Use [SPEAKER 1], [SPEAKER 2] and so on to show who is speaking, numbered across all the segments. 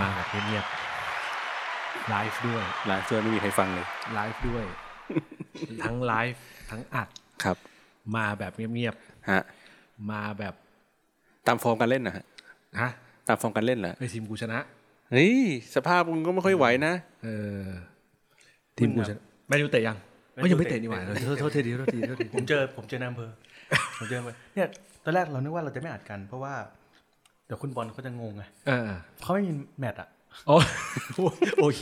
[SPEAKER 1] มาแบบเงียบๆไลฟ์ด้วย
[SPEAKER 2] ไลฟ์ด้วยไม่มีใครฟังเลย
[SPEAKER 1] ไลฟ์ด้วย ทั้งไลฟ์ทั้งอัด
[SPEAKER 2] ครับ
[SPEAKER 1] มาแบบเงียบ
[SPEAKER 2] ฮะ
[SPEAKER 1] ๆมาแบบ
[SPEAKER 2] ตามฟอร์มการเล่นนะฮะ
[SPEAKER 1] ฮะ
[SPEAKER 2] ตามฟอร์มการเล่นเหรอ
[SPEAKER 1] ไอทีมกูชนะ
[SPEAKER 2] เฮ้ย สภาพมึงก็ไม่ค่อยไหวนะ
[SPEAKER 1] เออทีมกูชนะแมนยูเตะยัง
[SPEAKER 3] แมน
[SPEAKER 1] ก็
[SPEAKER 3] ยู
[SPEAKER 1] ยังไม่
[SPEAKER 3] เตะ
[SPEAKER 1] เตะนี่หว่าเออโทษโทษทีเดียวโทษทีโทษที
[SPEAKER 3] ผมเจอผมเจอนายอำเภอ ผมเจอเลยเนี่ยตอนแรกเรานึกว่าเราจะไม่อัดกัน เพราะว่าเดี๋ยวคุณบอลเขาจะงงไง
[SPEAKER 1] เออ
[SPEAKER 3] เขาไม่มีแมตช์อ่ะ
[SPEAKER 1] โอ้โหโอ้ย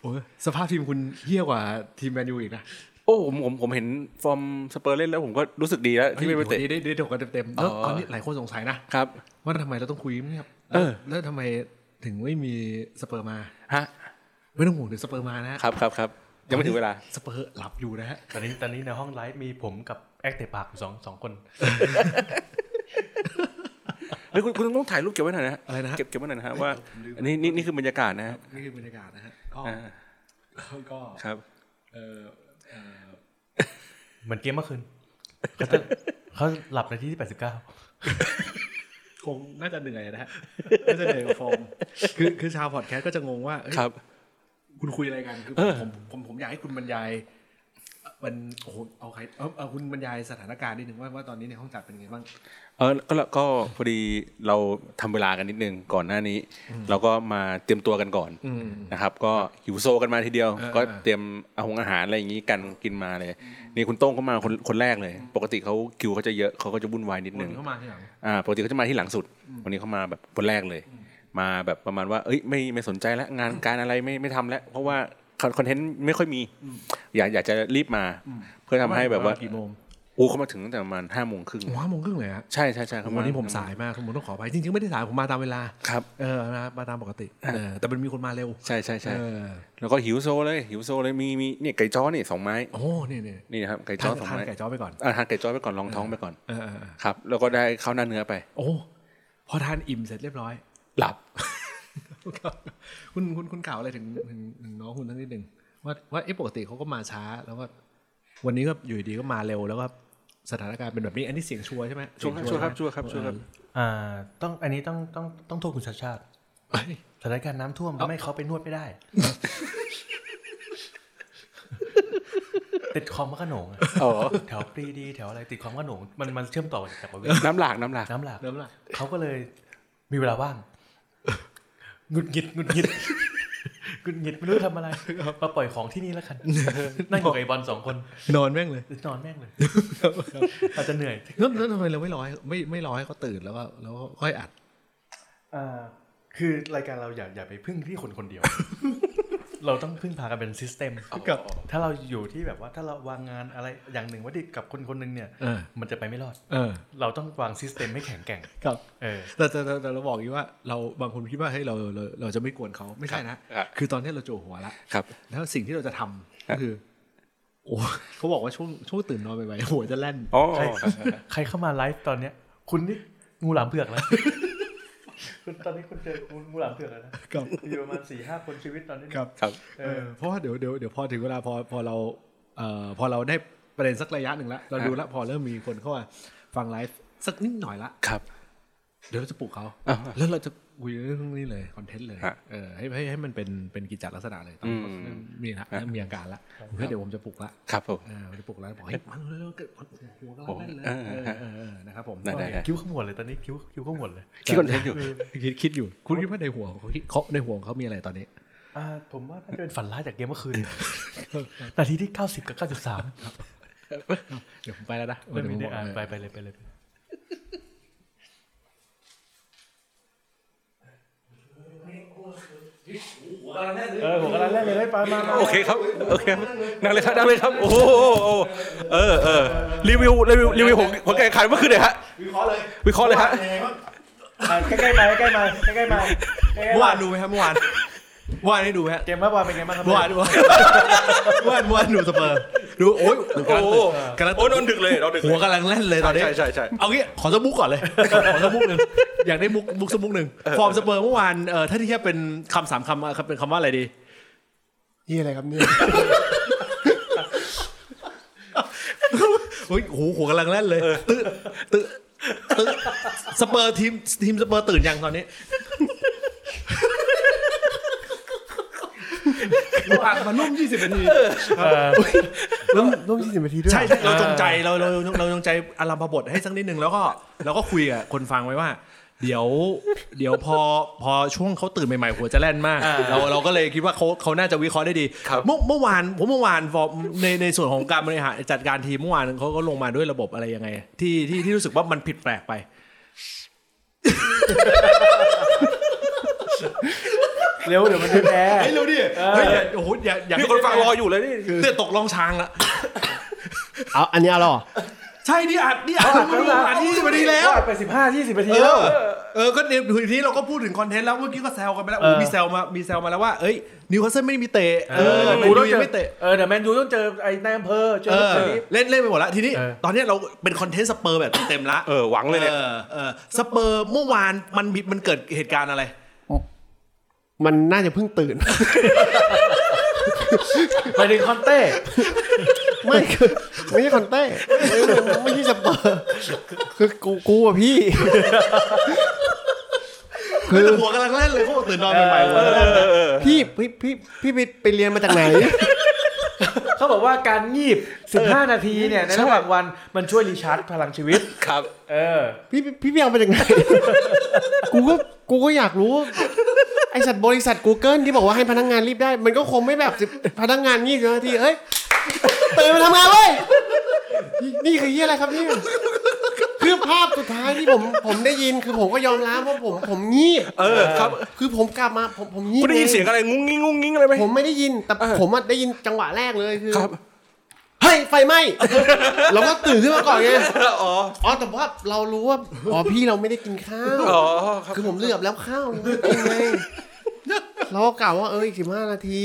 [SPEAKER 1] โอ้ยสภาพทีมคุณเฮี้ยกว่าทีมแมนยูอีกนะ
[SPEAKER 2] โอ้ผมผมผมเห็นฟอร์มสเปอร์เล่นแล้วผมก็รู้สึกดีแล้วที่ไม่ไปเตะ
[SPEAKER 1] ฮ้ยได้ได้ได้ถกกันเต็มๆแล้ว
[SPEAKER 2] อ๋อ
[SPEAKER 1] ตอนนี้หลายคนสงสัยนะ
[SPEAKER 2] ครับ
[SPEAKER 1] ว่าทำไมเราต้องคุยเงียบ
[SPEAKER 2] เออ
[SPEAKER 1] แล้วทำไมถึงไม่มีสเปอร์มา
[SPEAKER 2] ฮะ
[SPEAKER 1] ไม่ต้องห่วงเดี๋ยวสเปอร์มานะฮะ
[SPEAKER 2] ครับครับครับ ยังไม่ถึงเวลา
[SPEAKER 1] สเปอร์หลับอยู่นะฮะ
[SPEAKER 3] ตอนนี้ตอนนี้ในห้องไลฟ์มีผมกับแอคเตปากอยู่สองสองคน
[SPEAKER 2] เฮ้ยคุณคุณต้องถ่ายรูปเก็บไว้หน่อยนะฮะ
[SPEAKER 1] อะไรนะฮะ
[SPEAKER 2] เก็บเก็บไว้หน่อยนะฮะว่าอันนี้นี่นี่คือบรรยากาศนะฮะ
[SPEAKER 1] นี่คือบรรยากาศนะฮะก็
[SPEAKER 2] อ่า
[SPEAKER 1] ก็
[SPEAKER 2] ครับ
[SPEAKER 1] เออเอ่อ
[SPEAKER 3] เหมือนเกมเมื่อคืนเขาจะเขาหลับในที่ที่แปดสิบเก้า
[SPEAKER 1] คงน่าจะเหนื่อยนะฮะ น่าจะเหนื่อยกับฟอร์มคือคือชาวพอดแคสต์ก็จะงงว่าเอ้ย
[SPEAKER 2] ครับ
[SPEAKER 1] คุณคุยอะไรกันคือ
[SPEAKER 2] เออ
[SPEAKER 1] ผมผมผมอยากให้คุณบรรยายมันโอ้โหเอาใครเอาเอาคุณบรรยายสถานการณ์นิดนึงว่าว่าตอนนี้ในห้องจัดเป็นไงบ้าง
[SPEAKER 2] เออก็ละก็พอดีเราทำเวลากันนิดนึงก่อนหน้านี้ เราก็มาเตรียมตัวกันก่อน
[SPEAKER 1] อืม
[SPEAKER 2] นะครับ ก็หิวโซกันมาทีเดียว
[SPEAKER 1] เออ
[SPEAKER 2] ก็
[SPEAKER 1] เออ
[SPEAKER 2] เตรียมอาหงอาหารอะไรอย่างนี้กันกินมาเลย นี่คุณโต้งเขามาคนคนแรกเลย ปกติเขาคิวเขาจะเยอะเขาก็จะวุ่นวายนิด
[SPEAKER 1] ค
[SPEAKER 2] นึ
[SPEAKER 1] น
[SPEAKER 2] ง
[SPEAKER 1] เข้ามาที่หลัง
[SPEAKER 2] อ่าปกติเขาจะมาที่หลังสุด วันนี้เขามาแบบคนแรกเลย มาแบบประมาณว่า เอ้ยไม่ไม่สนใจแล้วงานการอะไรไม่ไม่ทำแล้ว เพราะว่าคอนเทนต์ไม่ค่อยมี อยากอยากจะรีบมา เพื่อทำให้แบบว่า
[SPEAKER 1] กี่โมง
[SPEAKER 2] อู้เขามาถึงตั้งแต่ประมาณห้าโมงครึ่ง
[SPEAKER 1] โอ้โหห้าโมงครึ่งเลยฮะ
[SPEAKER 2] ใช่ใช่ใช่เขามา
[SPEAKER 1] วันนี้ผมสายมากผมต้องขอไปจริง ๆ ไม่ได้สายผมมาตามเวลา
[SPEAKER 2] ครับ
[SPEAKER 1] เออนะมาตามปกติเออแต่มันมีคนมาเร็ว
[SPEAKER 2] ใช่ใช่ใช่
[SPEAKER 1] เออ
[SPEAKER 2] แล้วก็หิวโซเลยหิวโซเลยมีมีเนี่ยไก่จ้อนี่สองไม้
[SPEAKER 1] โอ้เนี่ยเนี่ย
[SPEAKER 2] นี่นะครับไก่จ้
[SPEAKER 1] ทา
[SPEAKER 2] อน สอง
[SPEAKER 1] ทาน
[SPEAKER 2] ไม้
[SPEAKER 1] ไก่จ้อไปก่อน
[SPEAKER 2] อ่าทานไก่จ้อไปก่อนลองท้องไปก่อน
[SPEAKER 1] เออเออเออ
[SPEAKER 2] ครับ แล้วก็ได้ข้าวหน้าเนื้อไป
[SPEAKER 1] โอ้พอทานอิ่มเสร็จเรียบร้อย
[SPEAKER 2] หลับ
[SPEAKER 1] คุณคุณคุณกล่าวอะไรถึงถึงถึงน้องคุณทั้งนิดหนึ่งว่าว่าเอ๊ะปกติเขาก็มาช้า แล้วก็วันนี้ก็อยู่ดีก็มาเร็วแล้วก็สถานการณ์เป็นแบบนี้ อันนี้เสียงชัวร์ใช่ไหม
[SPEAKER 2] ชัวร์ครับ
[SPEAKER 1] เสียง
[SPEAKER 2] ชัวร์ครับ
[SPEAKER 1] ใช่
[SPEAKER 2] ชัวร์
[SPEAKER 1] ไหม
[SPEAKER 2] ครับ
[SPEAKER 3] อ่าต้องอันนี้ต้องต้องต้องโทษคุณชาติชาติ
[SPEAKER 1] เอ้ย
[SPEAKER 3] สถานการณ์น้ำท่วมทำให้เขาไปนวดไม่ได้ ติดคอมพระโขนงอะ
[SPEAKER 2] อ๋อ
[SPEAKER 3] แถวปรีดี แถวอะไรติดคอมพระโขนงมันมันเชื่อมต่อจากประเวศ
[SPEAKER 2] น้ำหลากน้ำหลาก
[SPEAKER 3] น้ำหลาก
[SPEAKER 1] เริ่มละ
[SPEAKER 3] เขาก็เลยมีเวลาว่าง หงุดหงิดหงุดหงิ ดหงุดหงิดไม่รู้ทำอะไรมาปล่อยของที่นี่แล้ว กันนั่งอยู่กับไอบอลสองคน
[SPEAKER 1] นอนแม่งเลย
[SPEAKER 3] นอนแม่งเลยอาจจะเหนื่อย
[SPEAKER 1] แล้วแล้วทำไมเราไม่ร้อยไม่ไม่ร้อยให้เขาตื่นแล้วก็แล้วก็ค่อยอัด
[SPEAKER 3] อ่าคือรายการเราอย่าอย่าไปพึ่งที่คนคนเดียว เราต้องพึ่งพากันเป็นซิสเต็ม
[SPEAKER 1] ครับ
[SPEAKER 3] ถ้าเราอยู่ที่แบบว่าถ้าเราวางงานอะไรอย่างหนึ่งไว่าดิกับคนคนหนึ่งเนี่ย
[SPEAKER 1] เออ
[SPEAKER 3] มันจะไปไม่รอด
[SPEAKER 1] เออ
[SPEAKER 3] เราต้องวางซิสเต็มให้แข็งแกร่ง
[SPEAKER 1] ครับ
[SPEAKER 3] เออ
[SPEAKER 1] แต่แต่แต่แต่เราบอกอย่างนี้ว่าเราบางคนคิดว่าเฮ้ยเราเราเราจะไม่กวนเขาไม่ใช่นะครับ คือตอนนี้เราโจหัวละ
[SPEAKER 2] ครับ
[SPEAKER 1] แล้วสิ่งที่เราจะทำก็คือโอ้เขาบอกว่าช่วงช่วงตื่นนอนไปๆหัวจะแล่น
[SPEAKER 2] อ๋อ
[SPEAKER 3] ใช่
[SPEAKER 2] ครับครับ
[SPEAKER 3] ใครเข้ามาไลฟ์ตอนเนี้ย คุณนี่งูหลามเผือกนะ คุณตอนนี้คุณเจองูงูหลามเผือกแล้วนะครับ มีประมาณสี่ห้าคนชีวิตตอนนี้เนี่ย
[SPEAKER 1] ครับ
[SPEAKER 2] ครับ
[SPEAKER 3] เอ
[SPEAKER 1] เอ
[SPEAKER 3] อ
[SPEAKER 1] อเพราะว่าเดี๋ยวเดี๋ยวเดี๋ยวพอถึงเวลาพอพอเราเอ่อพอเราได้ประเด็นสักระยะหนึ่งละเราดูละพอเริ่มมีคนเข้ามาฟังไลฟ์สักนิดหน่อยละ
[SPEAKER 2] ครับ
[SPEAKER 1] เดี๋ยวเราจะปลุกเขา
[SPEAKER 2] อ่า
[SPEAKER 1] แล้วเราจะคุยเรื่องนี้เลยคอนเทนต์เลย
[SPEAKER 2] ฮะ
[SPEAKER 1] เออให้ให้ให้มันเป็นเป็นกิจจลักษณะเลยตอนนี้
[SPEAKER 2] อืม
[SPEAKER 1] เริ่มมีละเริ่มมีอาการละผมว่าเดี๋ยวผมจะปลุกละ
[SPEAKER 2] ครับผม
[SPEAKER 1] อ่ามันจะปลุกแล้วบอกให้ยมันเร็วๆเกิดคนหัวกำลังแน่นเลย
[SPEAKER 2] เออ
[SPEAKER 1] เออ
[SPEAKER 2] ฮะ
[SPEAKER 1] เออเออนะครับผม
[SPEAKER 2] ได้ได้ได้
[SPEAKER 3] คิ้วขมวดเลยตอนนี้คิ้วคิ้วขมวดเลย
[SPEAKER 2] คิดคอนเทนต์อยู่
[SPEAKER 1] คิดคิดอยู่ คุณคิดว่าในหัวของเขาคิดเขาในหัวของเขามีอะไรตอนนี้
[SPEAKER 3] อ่าผมว่าน่าจะเป็นฝันร้ายจากเกมเมื่อคืน นาทีที่เก้าสิบกับเก้าจุดสาม
[SPEAKER 1] เดี๋ยวผมไปแล้วนะ
[SPEAKER 3] ไม่มี
[SPEAKER 1] เดี๋ยวผ
[SPEAKER 3] ได้อ่าน
[SPEAKER 1] บก
[SPEAKER 3] ไปไปเลยไปเลยเออผมกำลังเล่นเลยไปมามา
[SPEAKER 2] โอเคครับ โอเคครับนั่งเลยครับนั่งเลยครับ โอ้โหโอ้โหเออเออรีวิว รีวิว รีวิวผมผมแข่งขันเมื่อคืนเลยฮะ วิเคราะห์เลย วิเคราะห์เลยฮะ
[SPEAKER 3] อ่ะใกล้ๆมาใกล้ๆมาใกล้ๆมาใกล้ๆ
[SPEAKER 1] เมื่
[SPEAKER 3] มาว
[SPEAKER 1] อานดูไหมครับเมื่อวานเมื่อวานได้ดูไหมฮะ
[SPEAKER 3] เกมเมื่อวานเป็นไงบ้างครับ
[SPEAKER 1] เมื่อวานดูเมื่อวานเมื่อวานดูสเปอร์ดูโอ้ย
[SPEAKER 2] โอ้โห
[SPEAKER 1] กำลัง
[SPEAKER 2] โอ้ยนอนดึกเลยนอนดึกเล
[SPEAKER 1] หัวย กำลังแล่นเลยตอนนี้
[SPEAKER 2] ใช่ใช่ใช่
[SPEAKER 1] เอางี้ขอสกมุกก่อนเลยขอสกมุกหนึ่งอยากได้มุกมุกสกมุกหนึ่งฟอร์มสเปอร์เมื่อวานเออถ้าที่แค่เป็นคำสามคำอะครับเป็นคำว่าอะไรดี
[SPEAKER 4] นี่อะไรครับเนี่ย
[SPEAKER 1] เฮ้ยโหหัวกำลังแล่นเลยตื้อตื้อตื้อสเปอร์ทีมทีมสเปอร์ตื่นยังตอนนี้ เราอัดมานุ่มยี่สิบนาที
[SPEAKER 4] ร่วมร่วมยี่สิบนาทีด้วย
[SPEAKER 1] ใช่ใช่เราจงใจเราเราเราจงใจอารัมพบทให้สักนิดนึงแล้วก็แล้วก็คุยกับคนฟังไว้ว่า เดี๋ยว เดี๋ยวพอพอช่วงเขาตื่นใหม่ๆหัวจะแล่นมาก
[SPEAKER 3] อ่า
[SPEAKER 1] เราเราก็เลยคิดว่าเขาเขาน่าจะวิเคราะห์ได้ดีเมื่อเมื่อวานผมเมื่อวาน for ในในส่วนของการบริหารจัดการทีมเมื่อวานเขาก็ลงมาด้วยระบบอะไรยังไง ที่ที่ที่รู้สึกว่ามันผิดแปลกไป
[SPEAKER 4] เร็วเดี๋ยวมันจะแพ้
[SPEAKER 1] เฮ้ยเร็วดิเฮ้ยอย่าโอ้โหอย่าอย่า
[SPEAKER 2] มีคนฟังรออยู่เลยนี่
[SPEAKER 1] เตือนตกลองช้างละ
[SPEAKER 4] เอาอันนี้เอาหรอ
[SPEAKER 1] ใช่นี่อัดนี่อัดไม่รู้อัดนี่มาดีแล้ว
[SPEAKER 4] ไปสิบห้ายี่สิบนาที
[SPEAKER 1] เอ
[SPEAKER 4] แล้ว
[SPEAKER 1] อเออก็เนี่ยทีนี้เราก็พูดถึงคอนเทนต์แล้วเมื่อกี้ก็แซวกันไปแล้วโอ้
[SPEAKER 3] เออ
[SPEAKER 1] มีแซวมามีแซวมาแล้วว่าเอ้ยนิวคาสเซิลไม่มีเตะเอ
[SPEAKER 3] เอ
[SPEAKER 1] อ
[SPEAKER 3] อ
[SPEAKER 1] แม
[SPEAKER 3] ดู
[SPEAKER 1] น
[SPEAKER 3] ต้
[SPEAKER 1] ยู
[SPEAKER 3] อง
[SPEAKER 1] ยั
[SPEAKER 3] เจ
[SPEAKER 1] ง
[SPEAKER 3] อ
[SPEAKER 1] ไม่เตะ
[SPEAKER 3] เออเดี๋ยวแมนยูต้องเจอไอ้นายอำเภอเจอ
[SPEAKER 1] เออ
[SPEAKER 3] คนนี้
[SPEAKER 1] เล่นเล่นไปหมดแล้วทีนี้
[SPEAKER 3] เออ
[SPEAKER 1] ตอนเนี้ยเราเป็นคอนเทนต์สเปอร์แบบเต็มละ
[SPEAKER 2] เออหวังเลยเนี่ย
[SPEAKER 1] ออเออสเปอร์เมื่อวานมันมีมันเกิดเหตุการณ์อะไร
[SPEAKER 4] มันน่าจะเพิ่งตื่น
[SPEAKER 3] ไปถึงคอนเต้
[SPEAKER 4] ไม่คือไม่ใช่คอนเต้ไม่ไม่ใช่สเปอร์คือกูกูอะพี่ คื
[SPEAKER 1] คือ อหัวกำลังเล่นเลยเขาบอกตื่นนอนใหม่ๆหัวกำลังเล่นเลย
[SPEAKER 4] พี่พี่พี่พี่ไปไปเรียนมาจากไหน
[SPEAKER 3] เขาบอกว่าการงีบ 15 นาทีเนี่ยในระหว่างวันมันช่วยรีชาร์จพลังชีวิต
[SPEAKER 2] ครับ
[SPEAKER 3] เออ
[SPEAKER 4] พี่พี่พี่ไปเอามาจากไหน กูก็กูก็อยากรู้ ไอสัตว์บริษัท Google ที่บอกว่าให้พนักงานรีบได้ มันก็คงไม่แบบสิบพนักงานยี่สิบนาทีเอ้ยตื่นมาทำงานเว้ยนี่นี่คือเฮียอะไรครับเนี่ยคือภาพสุดท้ายที่ผมผมได้ยินคือผมก็ยอมรับว่าผมผมงีบ
[SPEAKER 2] เออครับ
[SPEAKER 4] คือผมกลับมาผมผมงีบ
[SPEAKER 2] คุณได้ยินเสียงอะไรงุ้งงิ้งงุ้งงิ้งอะไรไหม
[SPEAKER 4] ผมไม่ได้ยินแต่
[SPEAKER 2] เออ
[SPEAKER 4] ผมอะได้ยินจังหวะแรกเลยคือ
[SPEAKER 2] ครับ
[SPEAKER 4] เฮ้ยไฟไหม้เราก็ตื่นขึ้นมาก่อนไง
[SPEAKER 2] อ๋อ
[SPEAKER 4] อ๋อแต่ว่าเรารู้ว่าอ๋อพี่เราไม่ได้กินข้าว
[SPEAKER 2] อ๋อครับ
[SPEAKER 4] คือผมเหลือบแล้วข้าวยังไม่กินไงเราก็กล่าวว่าเอออีกสิบห้านาที